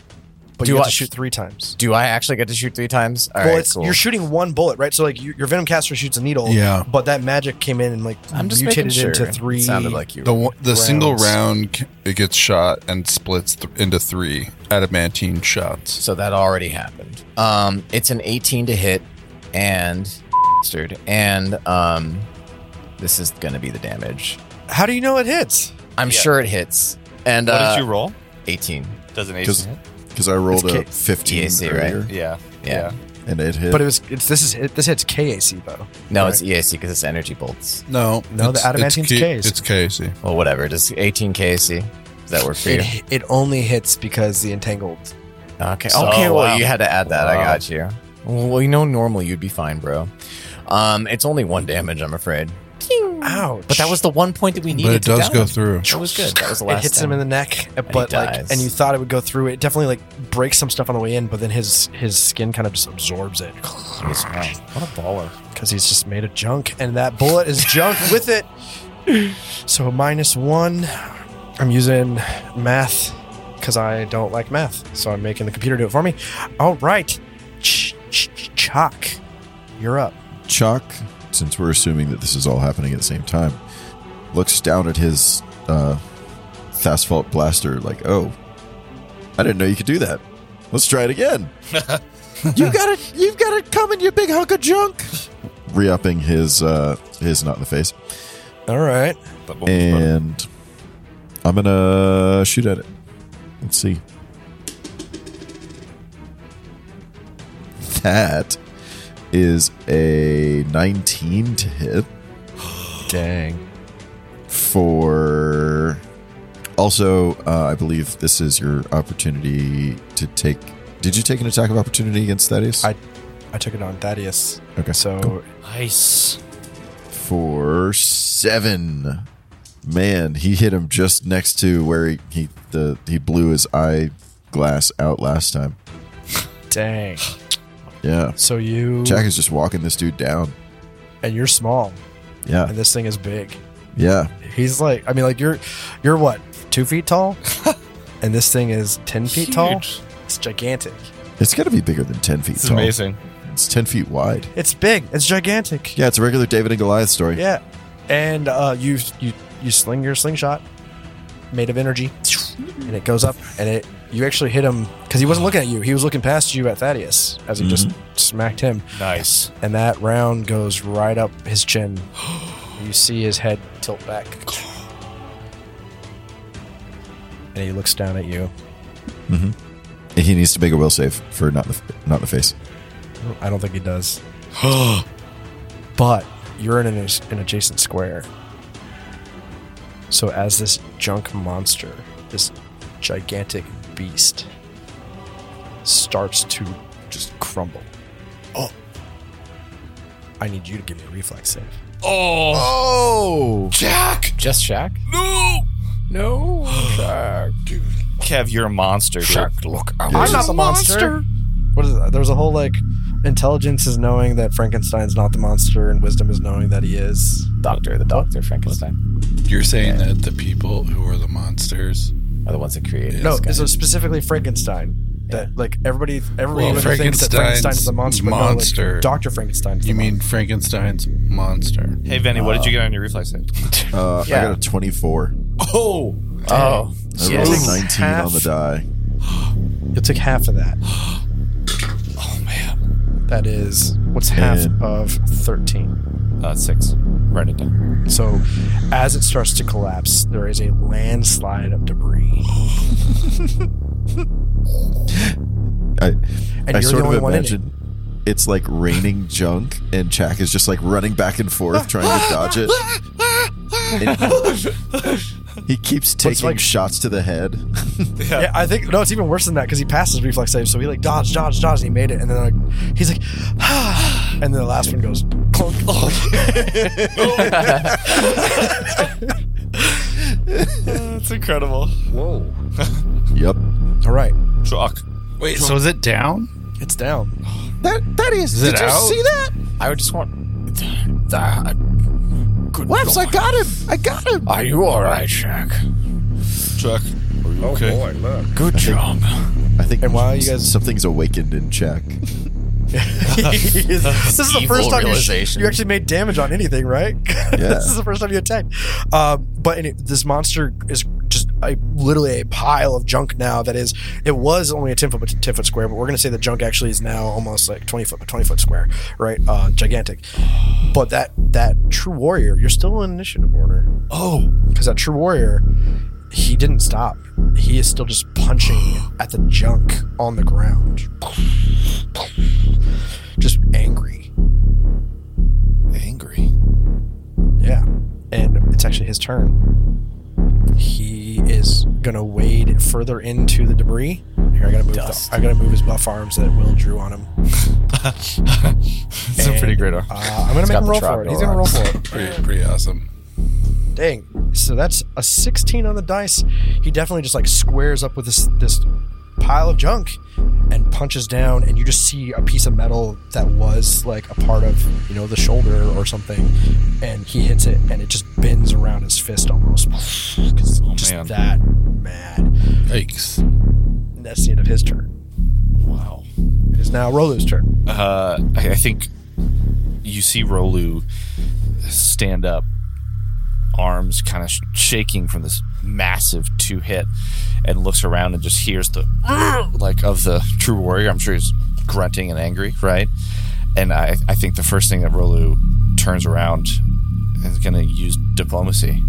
F: But
E: Do
F: you have
E: I-
F: to shoot three times.
E: Do I actually get to shoot three times? All right,
F: well, it's,
E: cool.
F: you're shooting one bullet, right? So like you, your venom caster shoots a needle.
D: Yeah.
F: But that magic came in and like
E: I'm just making
F: mutated
E: sure.
F: into three.
E: It sounded like you.
D: The one, the single
F: Rounds.
D: round c- it gets shot and splits th- into three adamantine shots.
E: So that already happened. Um, it's an 18 to hit, and bastard, and um, this is gonna be the damage.
F: How do you know it hits?
E: I'm
B: Yeah.
E: sure it hits. And
B: What
E: uh,
B: did you roll?
E: 18.
B: Does an
C: Because
B: ace?
C: because I rolled
F: It's
C: a
F: K-
C: 15
E: EAC, right?
C: earlier
B: Yeah.
E: Yeah.
C: and it hit.
F: But it was it's this is it, this hits KAC though.
E: No,
F: Right.
E: it's E EAC because it's energy bolts.
D: No,
F: No,
D: it's-
F: the adamantine's
D: it's, K-
F: case.
D: It's KC.
E: Well, whatever. Does 18 KAC? Does that work for you?
F: It, it only hits because the entangled.
E: Okay.
B: So-
E: okay. Well,
B: wow.
E: you had to add that. I
B: Wow.
E: got you. Well, you know, normally you'd be fine, bro. Um, it's only one damage, I'm afraid.
F: Ouch!
E: But that was the one point that we needed.
D: But it
E: to
D: does go
E: down.
D: through.
E: That was good. That was the last.
F: it hits him in the neck,
E: he
F: but like,
E: dies.
F: and you thought it would go through. It definitely like breaks some stuff on the way in, but then his his skin kind of just absorbs it
B: What a baller.
F: because he's just made of junk, and that bullet is junk with it. So minus one. I'm using math because I don't like math, so I'm making the computer do it for me. All right, Ch- ch- ch- Chuck, you're up.
C: Chuck, since we're assuming that this is all happening at the same time, looks down at his uh, Thasphalt blaster like, oh, I didn't know you could do that. Let's try it again. you got it. You've got it coming, you big hunk of junk. Re-upping his uh, his not in the face,
F: All right.
C: and I'm gonna shoot at it. Let's see. That is a 19 to hit
F: Dang.
C: for also uh, i believe this is your opportunity to take did you take an attack of opportunity against thaddeus
F: I- I took it on Thaddeus.
C: okay
F: So
C: cool.
B: Nice.
C: for seven man he hit him just next to where he, he the he blew his eye glass out last time
F: dang.
C: yeah
F: So you
C: jack is just walking this dude down
F: and you're small,
C: yeah
F: and this thing is big.
C: yeah
F: He's like, I mean, like you're, you're what, two feet tall, and this thing is ten feet tall. It's gigantic.
C: it's got to be bigger than 10 feet
B: This is
C: tall
B: amazing.
C: it's 10 feet wide
F: It's big. It's gigantic.
C: yeah it's a regular david and goliath story
F: Yeah. And uh, you you you sling your slingshot, made of energy, and it goes up, and it you actually hit him because he wasn't looking at you. He was looking past you at Thaddeus as he just smacked him.
B: Nice.
F: and that round goes right up his chin. you see his head tilt back. And he looks down at you.
C: he needs to make a will save for not in the, not in the face
F: I don't think he does. but you're in an, an adjacent square. So, as this junk monster, this gigantic beast, starts to just crumble. Oh. I need you to give me a reflex save.
C: oh
E: Just Shaq. No. No. Shaq.
B: Kev, you're a monster. dude.
E: Look.
C: I'm
F: not the monster. What is that? There was a whole like intelligence is knowing that Frankenstein's not the monster, and wisdom is knowing that he is.
E: Doctor. The Doctor Frankenstein
D: You're saying that the people who are the monsters.
E: are the ones that created.
F: No,
E: this guy.
F: this was specifically Frankenstein. That like everybody, everybody
D: Well,
F: would thinks that Frankenstein is the monster. but no, like,
D: monster.
F: Doctor Frankenstein.
D: You mean Frankenstein's monster?
B: Hey, Vinny, what did you get on your reflex save?
C: Uh, I
E: Yeah.
C: got a 24.
D: Oh,
E: Oh.
C: I
E: Yes.
C: rolled a 19 on the
F: Half.
C: die.
F: you took half of that?
B: Oh, man.
G: That is what's half
C: And-
G: of 13.
B: Uh, six. Write it down.
G: So as it starts to collapse, there is a landslide of debris. And
C: I, I
G: you're the
C: sort of
G: only one in it.
C: imagine it's like raining junk, and Jack is just like running back and forth trying to dodge it. And he keeps taking
F: like-
C: shots to the head.
F: Yeah, I think no, it's even worse than that because he passed his reflex save, so he like dodged, dodged, dodged, and he made it. And then like he's like, and then the last one goes clunk.
B: That's incredible.
G: Whoa.
C: yep.
F: All right,
B: Chalk.
D: Wait,
H: So is it down?
F: it's down.
H: That that is. Did you see that?
E: I would just want. That. Good
H: Webs, I
E: lord.
H: got him. I got him.
E: Are you alright, Jack?
B: Chuck. Are you okay?
E: Good job.
C: I think
F: And while you guys-
C: something's awakened in Jack.
F: this is the
E: Evil
F: first time you, sh-
E: realization.
F: you actually made damage on anything, right?
C: Yeah.
F: this is the first time you attacked. Um, but any this monster is just a, literally a pile of junk now. That is, it was only a ten foot by ten foot square, but we're gonna say the junk actually is now almost like twenty foot by twenty foot square, right? Uh, gigantic. But that that true warrior, you're still in initiative order. Oh, because that true warrior, he didn't stop. He is still just punching at the junk on the ground, just angry.
B: Angry.
F: Yeah. And it's actually his turn. He is gonna wade further into the debris. Here, I gotta move. The, I gotta move his buff arms that Will drew on him.
B: It's a pretty great arm.
F: Uh, I'm gonna make
E: got
F: him
E: the
F: roll for it.
E: trapdoor
F: He's gonna roll
E: arms.
F: for it.
D: pretty, pretty awesome.
F: Dang. So that's a 16 on the dice. He definitely just like squares up with this this pile of junk and punches down, and you just see a piece of metal that was like a part of you know the shoulder or something, and he hits it, and it just bends around his fist almost. 'Cause it's
B: Oh,
F: just
B: man.
F: that mad.
D: Yikes.
F: And that's the end of his turn.
B: Wow.
F: It is now Rolu's turn.
B: Uh, I, I think you see Rolu stand up, arms kind of sh- shaking from this massive two hit, and looks around and just hears the like of the true warrior. I'm sure he's grunting and angry, right? And I, I think the first thing that Rolu turns around is going to use diplomacy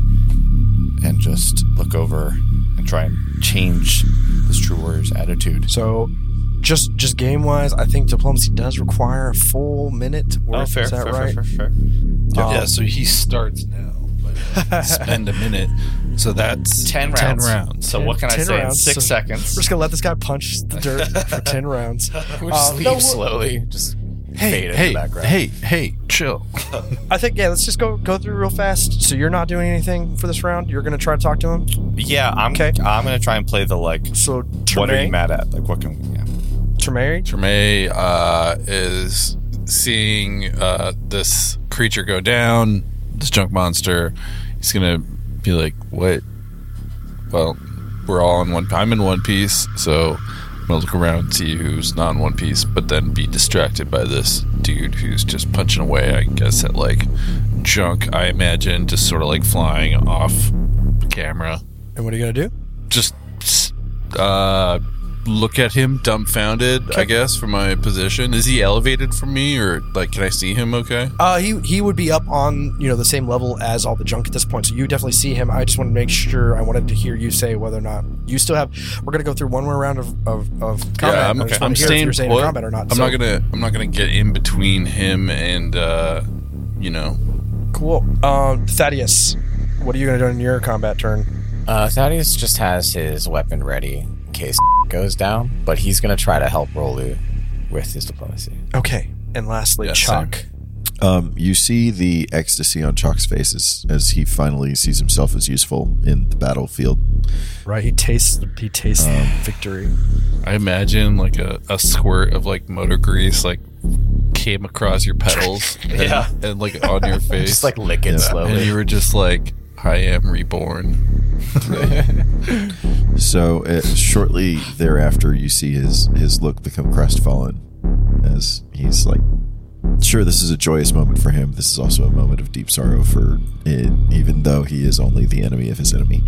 B: and just look over and try and change this true warrior's attitude.
F: So. Just, just game wise, I think diplomacy does require a full minute. Worth. Is that right?
B: Oh, fair, fair.
F: Um,
H: so he starts now. Spend a minute. So that's
B: 10 rounds. So what can I
F: 10
B: say in
F: rounds,
B: six
F: so-
B: seconds?
F: We're just gonna let this guy punch the dirt for ten rounds.
E: We just
F: Um,
E: leave
F: no, we'll-
E: slowly. Just fade in the background.
H: hey, hey, chill.
F: I think yeah. Let's just go go through real fast. So you're not doing anything for this round. You're gonna try to talk to him.
B: yeah, I'm
F: Okay.
B: I'm gonna try and play the like.
F: So
B: What are you
F: Tremere,
B: mad at? Like what can? Yeah.
F: Tremere,
D: Tremay uh, is seeing uh, this creature go down, this junk monster. He's gonna be like, "What? Well, we're all in one. I'm in one piece, so I'm gonna look around and see who's not in one piece, but then be distracted by this dude who's just punching away. I guess at like junk. I imagine just sort of like flying off camera.
F: and what are you gonna do?
D: Just uh, look at him dumbfounded, I guess, from my position. Is he elevated from me, or like, can I see him? Okay.
F: Uh, he he would be up on you know the same level as all the junk at this point, so you definitely see him. I just wanted to make sure. I wanted to hear you say whether or not you still have. We're gonna go through one more round of of, of combat.
D: Yeah, I'm,
F: I just wanna
D: I'm
F: hear if
D: staying
F: you're saying
D: put.
F: combat or not.
D: I'm
F: So-
D: not gonna. I'm not gonna get in between him and, uh, you know,
F: Cool. Um, Thaddeus, what are you gonna do in your combat turn?
E: Uh, Thaddeus just has his weapon ready in case goes down, but he's gonna try to help Rolu with his diplomacy.
F: Okay. And lastly,
D: Yeah,
F: Chuck.
C: Um, you see the ecstasy on Chalk's face as, as he finally sees himself as useful in the battlefield.
F: Right, he tastes the he tastes victory.
D: I imagine like a, a squirt of like motor grease like came across your pedals, and, yeah, and like on your face,
E: Just like lick it
C: Yeah.
D: and
E: slowly.
D: you were just like, I am reborn.
C: So uh, shortly thereafter, you see his his look become crestfallen as he's like, "Sure, this is a joyous moment for him. This is also a moment of deep sorrow for it, even though he is only the enemy of his enemy."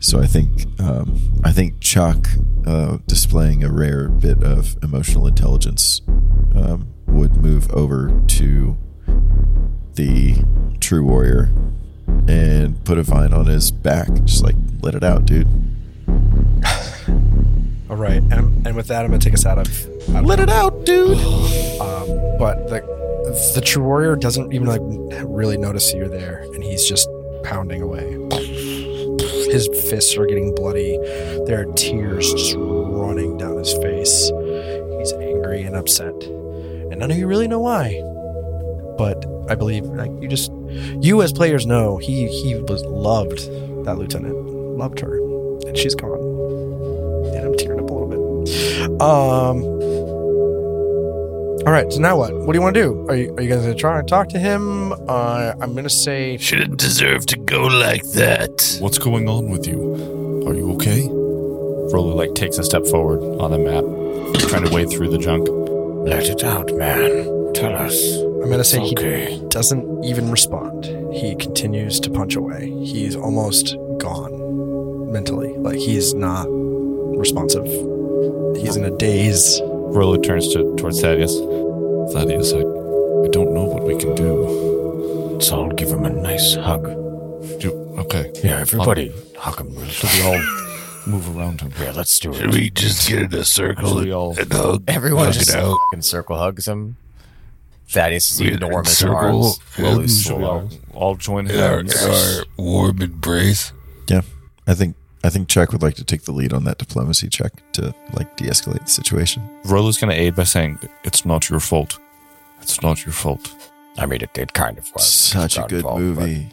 C: So I think um, I think Chuck uh, displaying a rare bit of emotional intelligence um, would move over to the true warrior and put a vine on his back. Just like, let it out, dude.
F: All right, and, and with that, I'm gonna take us out of. Out Let it out, dude. Um, but the the true warrior doesn't even like really notice you're there, and he's just pounding away. His fists are getting bloody. There are tears just running down his face. He's angry and upset, and none of you really know why. But I believe like you just you as players know he he was loved that lieutenant, loved her, and she's gone and I'm tearing up a little bit. Um. All right, so now what? What do you want to do? Are you, are you guys gonna try and talk to him? Uh, I'm gonna say
H: Shouldn't deserve to go like that.
B: What's going on with you? Are you okay? Rolu like takes a step forward on the map, trying to wade through the junk.
I: Let it out, man. Tell us.
F: I'm gonna say
I: Okay.
F: he doesn't even respond. He continues to punch away. He's almost gone mentally. Like he's not responsive. He's in a daze.
B: Rolu turns to towards Thaddeus.
H: Thaddeus, I, I don't know what we can do.
I: Let's all give him a nice hug.
H: do okay,
I: Yeah, everybody, hug him. real
H: we
I: tight.
H: all move around him.
I: Yeah, let's do
D: Should
I: it.
D: we just get in a circle
H: Should
D: and,
H: we all-
D: and hug?
E: Everyone
D: hug
E: just
D: it out.
E: fucking circle hugs him. Thaddeus'
D: We're in
E: enormous
D: circle.
E: arms.
D: Yeah.
E: Willow's
B: Should we
E: small
B: all,
E: arms.
B: all join
D: In our, in
B: hands?
D: our warm embrace.
C: Yeah. I think I think Chuck would like to take the lead on that diplomacy check to like de-escalate the situation.
B: Rolo's going to aid by saying, It's not your fault. It's not your fault.
E: I mean, it, it kind of was.
C: Such a
E: Not
C: good
E: involved, but-
C: movie.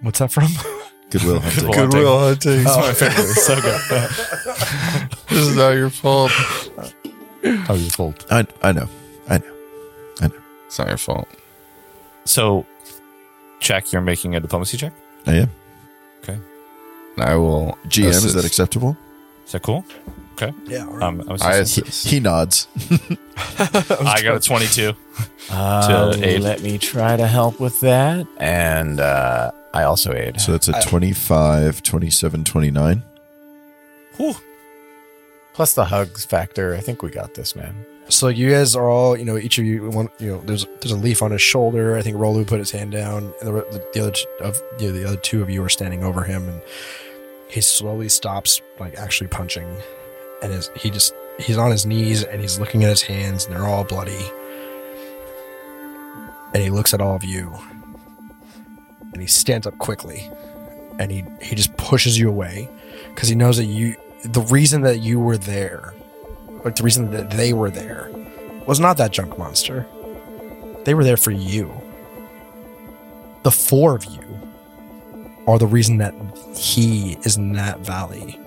F: What's that from?
C: Goodwill Hunting.
B: Good Will
C: Hunting. Oh.
B: so good.
D: This is not your fault.
B: Not your fault.
C: I, I know. I know.
D: It's not your fault.
B: So, Jack, you're making a diplomacy check?
C: I am.
D: I will.
C: GM, is
D: assist.
C: that acceptable?
B: Is that cool? Okay.
F: yeah. all right.
B: Um, I, was
D: I
B: just-
D: assist.
C: He nods.
B: I got a 22.
E: Uh,
B: To aid.
E: Let me try to help with that. And uh, I also aid.
C: So that's a 25, 27, 29.
E: Plus the hugs factor. I think we got this, man.
F: So you guys are all, you know, each of you. One, you know, there's there's a leaf on his shoulder. I think Rolu put his hand down, and the, the, the other t- of you know, the other two of you are standing over him, and he slowly stops, like actually punching, and his, he just he's on his knees and he's looking at his hands, and they're all bloody, and he looks at all of you, and he stands up quickly, and he he just pushes you away, because he knows that you the reason that you were there like the reason that they were there was not that junk monster. They were there for you. The four of you are the reason that he is in that valley.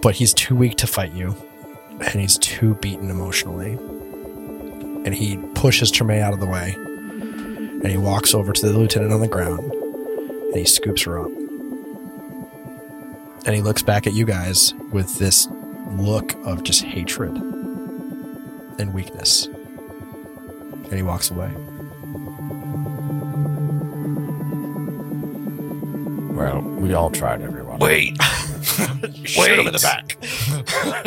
F: But he's too weak to fight you, and he's too beaten emotionally. And he pushes Treme out of the way, and he walks over to the lieutenant on the ground, and he scoops her up and he looks back at you guys with this look of just hatred and weakness. And he walks away.
E: Well, we all tried, everyone.
D: Wait. Wait. in the back.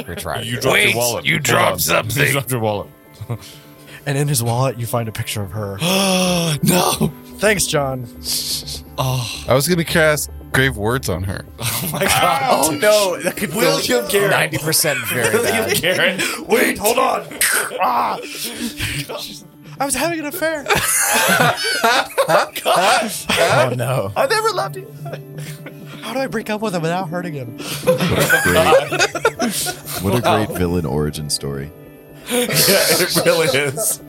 E: We tried.
B: You dropped
D: Wait.
B: your wallet.
D: You
B: Hold on.
D: dropped
B: You
D: something.
B: dropped your wallet.
F: And in his wallet, you find a picture of her.
D: no.
F: Thanks, John.
D: I was going to cast grave words on her.
E: Oh no! That could William Garrett. Ninety percent very bad.
B: Karen.
F: Wait, hold on. Ah. I was having an affair.
E: oh no!
F: I never loved you. How do I break up with him without hurting him?
C: What a great, what a great villain origin story.
B: it really is.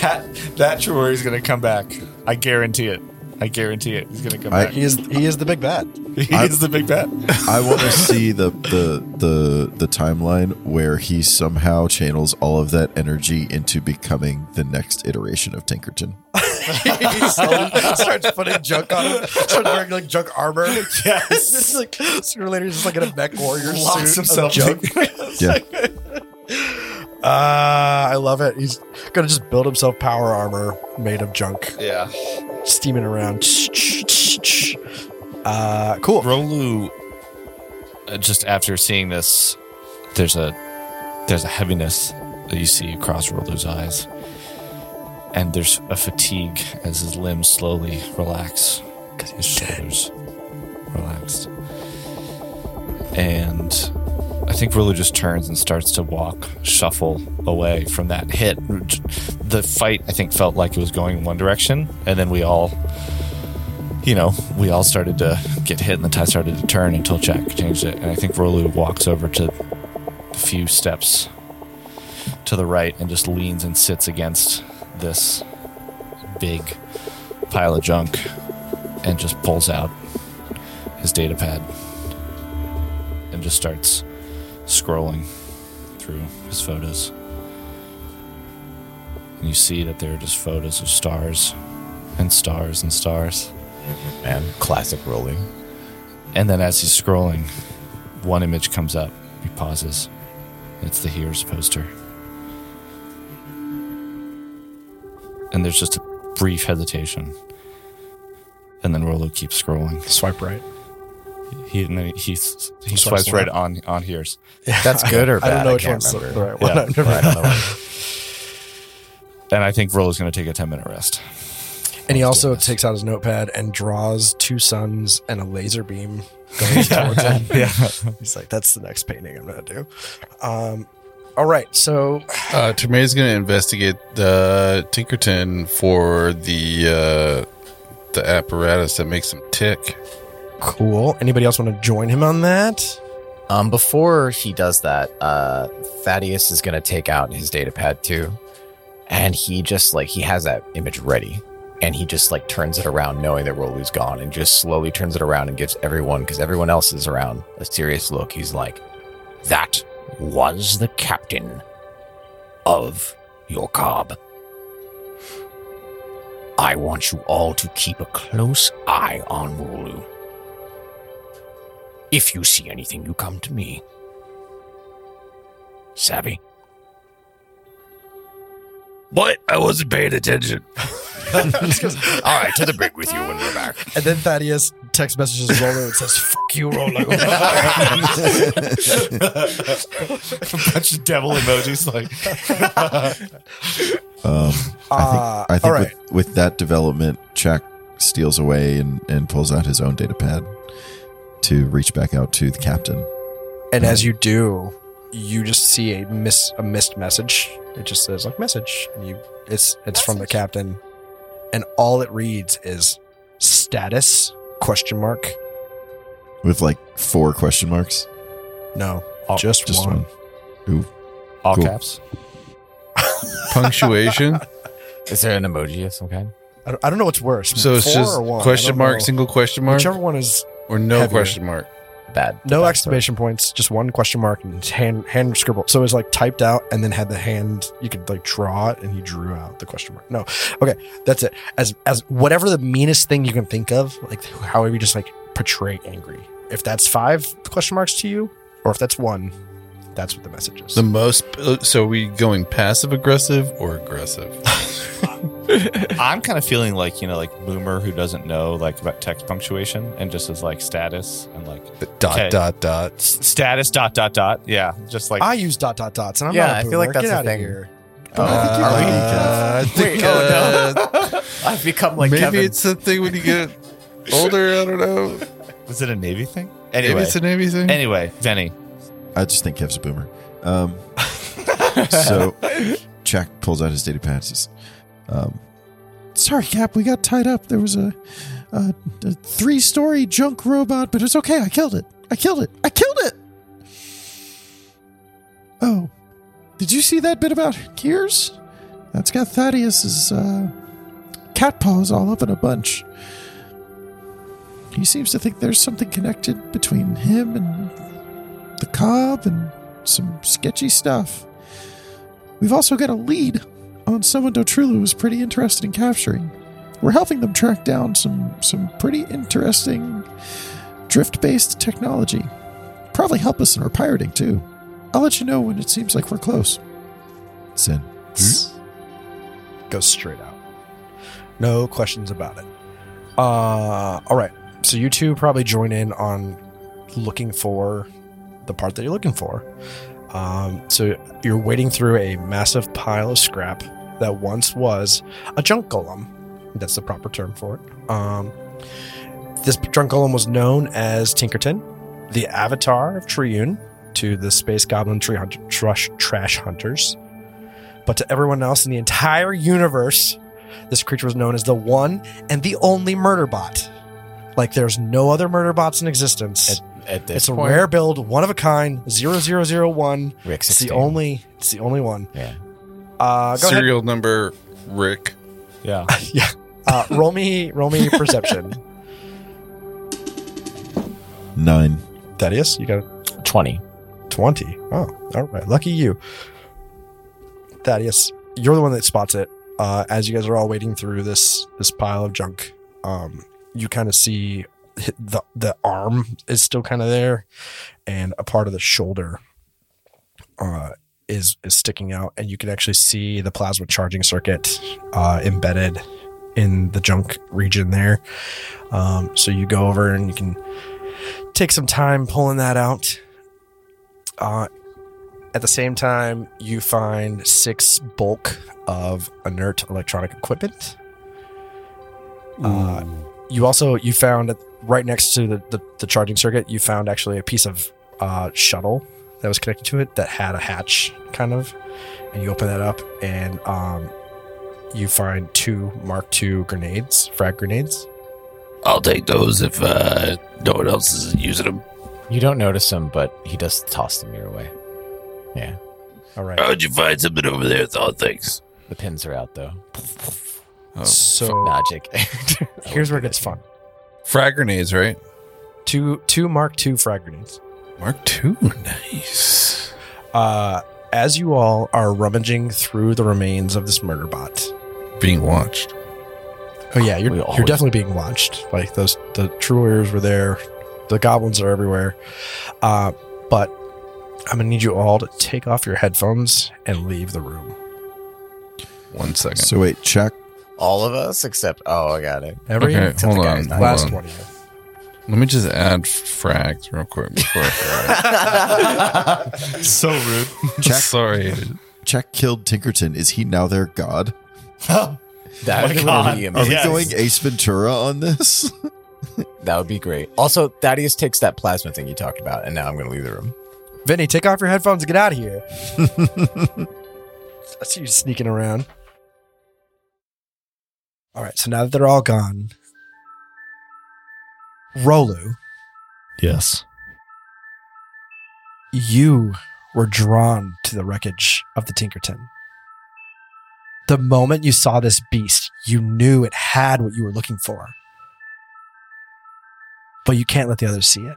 B: that that Troy is going to come back. I guarantee it. I guarantee it. He's going to come
C: I-
B: back.
F: He is he is the big bad.
B: He
C: I-
B: is the big bet.
C: I want to see the, the the the timeline where he somehow channels all of that energy into becoming the next iteration of Tinkerton.
F: he starts putting junk on him. Starts wearing like junk armor. Yes. it's like sooner or later he's just like in a mech warrior
B: Locks
F: suit
B: himself
F: of junk.
C: Yeah.
G: Uh,
F: Ah, I love it. He's gonna just build himself power armor made of junk,
B: Yeah.
F: steaming around. Uh, cool.
B: Rolu, uh, just after seeing this, there's a There's a heaviness that you see across Rolo's eyes, and there's a fatigue as his limbs slowly relax, his shoulders relaxed, and I think Rolo just turns and starts to walk, shuffle away from that hit. The fight, I think, felt like it was going in one direction, and then we all you know, we all started to get hit and the tide started to turn until Jack changed it. And I think Rolu walks over to a few steps to the right and just leans and sits against this big pile of junk and just pulls out his data pad and just starts scrolling through his photos. And you see that there are just photos of stars and stars and stars.
E: Man, classic rolling.
B: And then as he's scrolling, one image comes up. He pauses. It's the Here's poster. And there's just a brief hesitation. And then Rolo keeps scrolling.
G: Swipe right.
B: He and then he, s- he swipes right on on Here's.
E: That's good or
F: I
E: bad?
F: don't know which
E: can't
F: one's the
E: remember.
F: right one. I've never-
E: I don't know.
B: And I think Rolo's going to take a 10 minute rest.
G: And he
B: Let's do
G: also
B: this.
G: takes out his notepad and draws two suns and a laser beam going towards him.
B: Yeah.
G: He's like, that's the next painting I'm going to do. Um, all right. So
D: Uh, Tremaine's going to investigate the Tinkerton for the uh, the apparatus that makes him tick.
G: cool. Anybody else want to join him on that?
E: Um, before he does that, uh, Thaddeus is going to take out his data pad too. And he just like, he has that image ready. And he just like turns it around knowing that Rolu's gone and just slowly turns it around and gives everyone, because everyone else is around, a serious look. He's like,
A: That was the captain of your cob. I want you all to keep a close eye on Rulu. If you see anything, you come to me. Savvy? What? I wasn't paying attention. all right, to the brig with you when we're back.
F: And then Thaddeus text messages Rolo and says, "Fuck you, Rolo."
B: a bunch of devil emojis. Like,
C: Um,
G: Uh, all
C: I think, I think
G: right.
C: with, with that development, Jack steals away and, and pulls out his own data pad to reach back out to the captain.
G: And
C: Mm.
G: as you do, you just see a miss a missed message. It just says like message, and you it's it's from the captain, and all it reads is status question mark.
C: with like four question marks.
G: No,
B: Oh,
G: just,
C: Just
G: one.
C: one.
B: all
C: Cool.
B: caps.
D: Punctuation.
E: is there an emoji of some kind?
F: I don't, I don't know what's worse.
D: so it's
F: four
D: just
F: or one, I
D: question
F: don't
D: mark,
F: know.
D: single question mark,
F: Whichever one is
D: or no
F: heavier.
D: question mark.
E: Bad.
F: no
E: bad
F: exclamation points, just one question mark and it's hand hand scribble. So it was like typed out and then had the hand. You could like draw it, and he drew out the question mark. No, okay, that's it. As as whatever the meanest thing you can think of, like however you just like portray angry. If that's five question marks to you, or if that's one, that's what the message is.
D: The most. uh, So are we going passive aggressive or aggressive?
B: I'm kind of feeling like, you know, like Boomer who doesn't know like about text punctuation and just is like status and like
H: Dot
B: Okay.
H: dot dot.
B: s- status dot dot dot. Yeah. Just like,
G: I use dot dot dots, and I'm
E: Yeah,
G: not a
E: I feel like
G: boomer.
E: that's
G: Get
E: a
G: outta
E: thing.
G: Here. Oh,
E: Uh,
D: I think uh,
E: stuff. I've become like
D: maybe
E: Kevin.
D: it's the thing when you get older. I don't know.
B: was it a Navy thing?
D: Maybe
B: Anyway,
D: it's a Navy thing.
B: anyway, Benny.
C: I just think Kev's a boomer. Um, so Jack pulls out his data pad. and says, Um, Sorry, Cap, we got tied up. There was a, a, a three story junk robot, but it's okay. I killed it. I killed it. I killed it. Oh, did you see that bit about gears? That's got Thaddeus's uh, cat paws all up in a bunch. He seems to think there's something connected between him and the cob and some sketchy stuff. We've also got a lead on someone Dotrulu was pretty interested in capturing. We're helping them track down some some pretty interesting drift-based technology. Probably help us in our pirating too. I'll let you know when it seems like we're close. Sin.
G: goes straight out. No questions about it. Uh, all right. So you two probably join in on looking for the part that you're looking for.
F: Um, so you're wading through a massive pile of scrap that once was a junk golem. That's the proper term for it. Um, this junk golem was known as Tinkerton, the avatar of Triune to the space goblin tree hunter, trash, trash hunters. But to everyone else in the entire universe, this creature was known as the one and the only murder bot. Like there's no other murder bots in existence.
E: At this
F: It's a
E: point,
F: rare build, one of a kind, 0001.
E: Rick
F: It's the
E: 16.
F: only it's the only one.
E: Yeah.
F: Uh go
D: Serial number Rick.
J: Yeah.
F: ahead. Uh, roll me roll me perception.
C: Nine.
F: Thaddeus, you got a
E: 20.
F: 20. Oh, all right. Lucky you. Thaddeus, you're the one that spots it. Uh, as you guys are all wading through this this pile of junk, um, you kind of see hi- the the arm is still kind of there, and a part of the shoulder uh, is is sticking out, and you can actually see the plasma charging circuit uh, embedded in the junk region there. Um, so you go over and you can take some time pulling that out. Uh, at the same time, you find six bulk of inert electronic equipment. Uh, you also you found that right next to the, the, the charging circuit, you found actually a piece of uh, shuttle that was connected to it that had a hatch, kind of. And you open that up, and um, you find two Mark II grenades, frag grenades.
K: I'll take those if uh, no one else is using them.
E: You don't notice him, but he does toss them your way.
F: All right.
K: How'd you find something over there? Thought thanks.
E: The pins are out, though.
F: so
E: Magic.
F: here's where it gets fun.
D: Frag grenades, right?
F: Two two Mark II frag grenades.
D: Mark two. Nice.
F: Uh, as you all are rummaging through the remains of this murder bot.
D: Being watched.
F: Oh yeah, you're,
E: We
F: you're
E: always-
F: definitely being watched. Like those, the true warriors were there, the goblins are everywhere. Uh, but I'm gonna need you all to take off your headphones and leave the room.
D: One second.
C: So wait, check.
E: All of us except, oh, I got it.
F: Every
D: okay,
E: except the
D: hold
E: guy
D: on.
E: who's
D: Hold
F: last
D: on.
F: one of you.
D: Let me just add frags real quick before I forget.
J: so rude.
D: Sorry.
C: Check killed Tinkerton. Is he now their god?
E: That would
J: God.
E: be
C: Are
E: amazing.
C: we going Ace Ventura on this?
E: That would be great. Also, Thaddeus takes that plasma thing you talked about, and now I'm going to leave the room.
F: Vinny, take off your headphones and get out of here. I see you sneaking around. All right, so now that they're all gone, Rolu,
J: Yes.
F: you were drawn to the wreckage of the Tinkerton. The moment you saw this beast, you knew it had what you were looking for. But you can't let the others see it.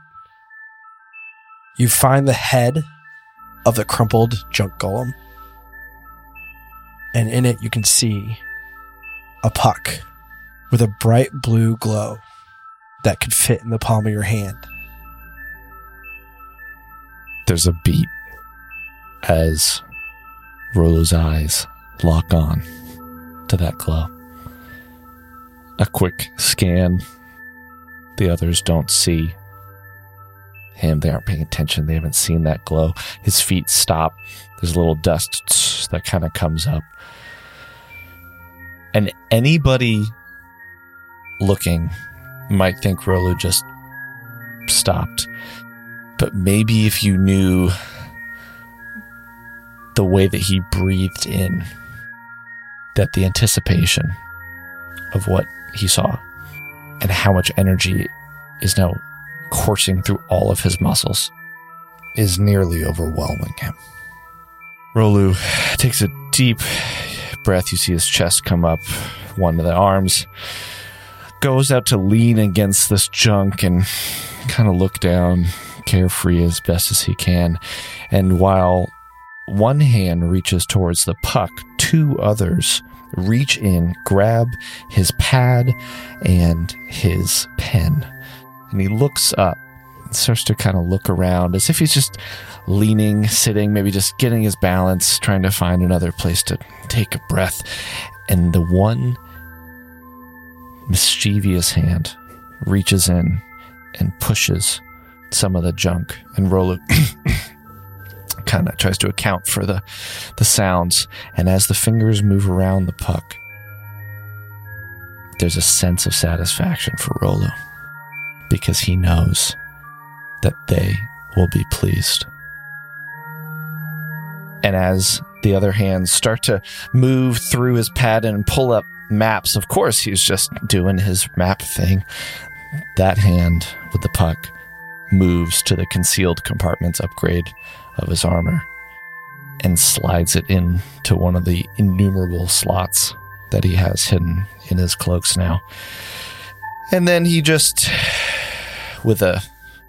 F: You find the head of the crumpled junk golem. And in it, you can see a puck with a bright blue glow that could fit in the palm of your hand.
H: There's a beat as Rolo's eyes lock on to that glow. A quick scan. The others don't see him. They aren't paying attention. They haven't seen that glow. His feet stop. There's a little dust that kind of comes up. And anybody looking might think Rolo just stopped but maybe if you knew the way that he breathed in, that the anticipation of what he saw and how much energy is now coursing through all of his muscles is nearly overwhelming him. Rolu takes a deep breath. You see his chest come up, one of the arms goes out to lean against this junk and kind of look down carefree as best as he can. And while one hand reaches towards the puck, two others reach in, grab his pad and his pen. And he looks up and starts to kind of look around as if he's just leaning, sitting, maybe just getting his balance, trying to find another place to take a breath. And the one mischievous hand reaches in and pushes some of the junk and Rolo kind of tries to account for the the sounds. And as the fingers move around the puck, there's a sense of satisfaction for Rolo because he knows that they will be pleased. And as the other hands start to move through his pad and pull up maps, of course, he's just doing his map thing. That hand with the puck moves to the concealed compartments upgrade of his armor and slides it in to one of the innumerable slots that he has hidden in his cloaks now. And then he just with a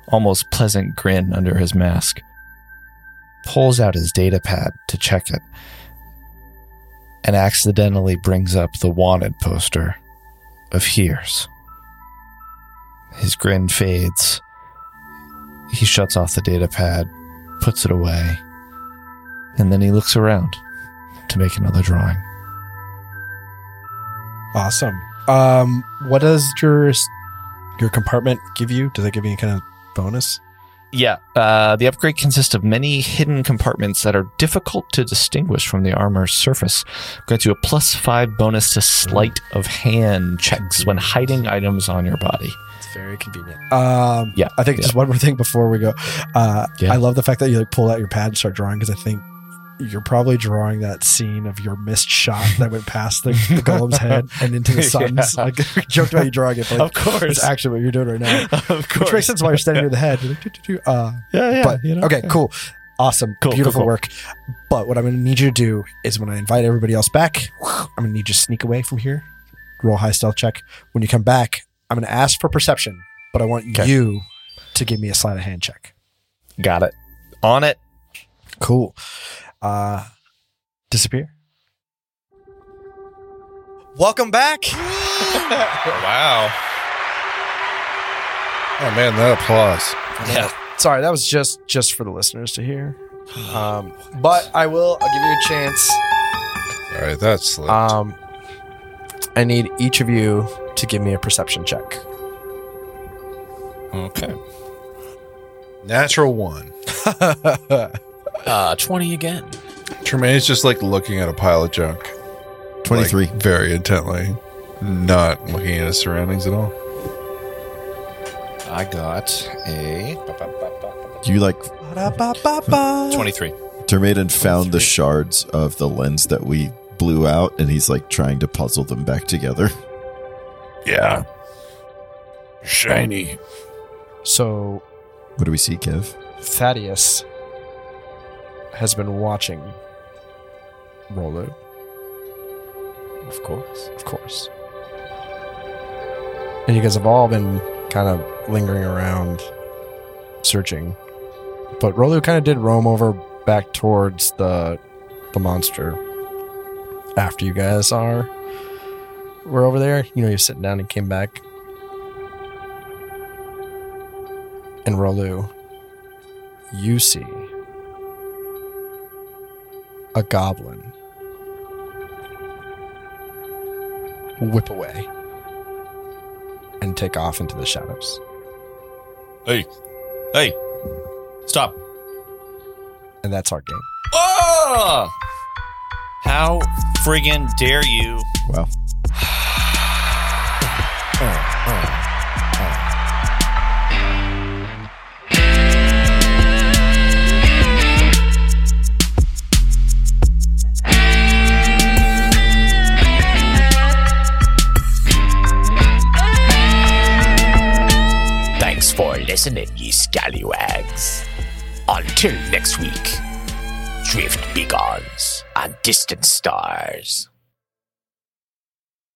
H: almost pleasant grin under his mask pulls out his data pad to check it and accidentally brings up the wanted poster of Hears. His grin fades. He shuts off the data pad, puts it away, and then he looks around to make another drawing.
F: Awesome. Um, what does your your compartment give you? Does that give you any kind of bonus?
H: Yeah, uh, the upgrade consists of many hidden compartments that are difficult to distinguish from the armor's surface. Grants you a plus five bonus to sleight of hand checks when hiding items on your body.
F: It's very convenient. Um,
H: Yeah,
F: I think
H: yeah.
F: just one more thing before we go. Uh,
H: Yeah.
F: I love the fact that you like pull out your pad and start drawing because I think you're probably drawing that scene of your missed shot that went past the, the golem's head and into the sun's.
H: Yeah.
F: Like we joked about you drawing it, but like,
H: Of course.
F: it's actually what you're doing right now.
H: of
F: Which makes sense why you're standing near the head. You're like, "Doo, doo, doo." Uh,
H: Yeah, yeah.
F: but
H: you know,
F: okay, cool, awesome,
H: Cool, cool,
F: beautiful
H: cool.
F: work. But what I'm going to need you to do is when I invite everybody else back, I'm going to need you to sneak away from here. Roll high stealth check. When you come back, I'm going to ask for perception, but I want you to give me a sleight of hand check.
H: Got it. On it.
F: Cool. Uh, disappear. Welcome back.
B: Wow.
D: Oh man, that applause.
B: Yeah.
F: Sorry, that was just just for the listeners to hear.
H: Oh,
F: Um, but I will. I'll give you a chance.
D: All right, that's slipped.
F: Um, I need each of you to give me a perception check.
B: Okay.
D: Natural one.
L: Uh, 20 again.
D: Tremaine's just like looking at a pile of junk.
C: 23.
D: Like, very intently. Not looking at his surroundings at all.
B: I got a
C: you like
B: twenty-three.
C: Termaiden found the shards of the lens that we blew out, and he's like trying to puzzle them back together.
D: Yeah. Shiny.
F: So
C: What do we see, Kev?
F: Thaddeus has been watching Rolu. Of course. Of course. And you guys have all been kind of lingering around searching. But Rolu kind of did roam over back towards the the monster after you guys are were over there. You know, you're sitting down and came back. And Rolu you see a goblin whip away and take off into the shadows.
B: Hey, hey, stop!
F: And that's our game.
B: Ah! How friggin' dare you?
C: Wow.
A: Thanks for listening, ye scallywags. Until next week, drift beacons and distant stars.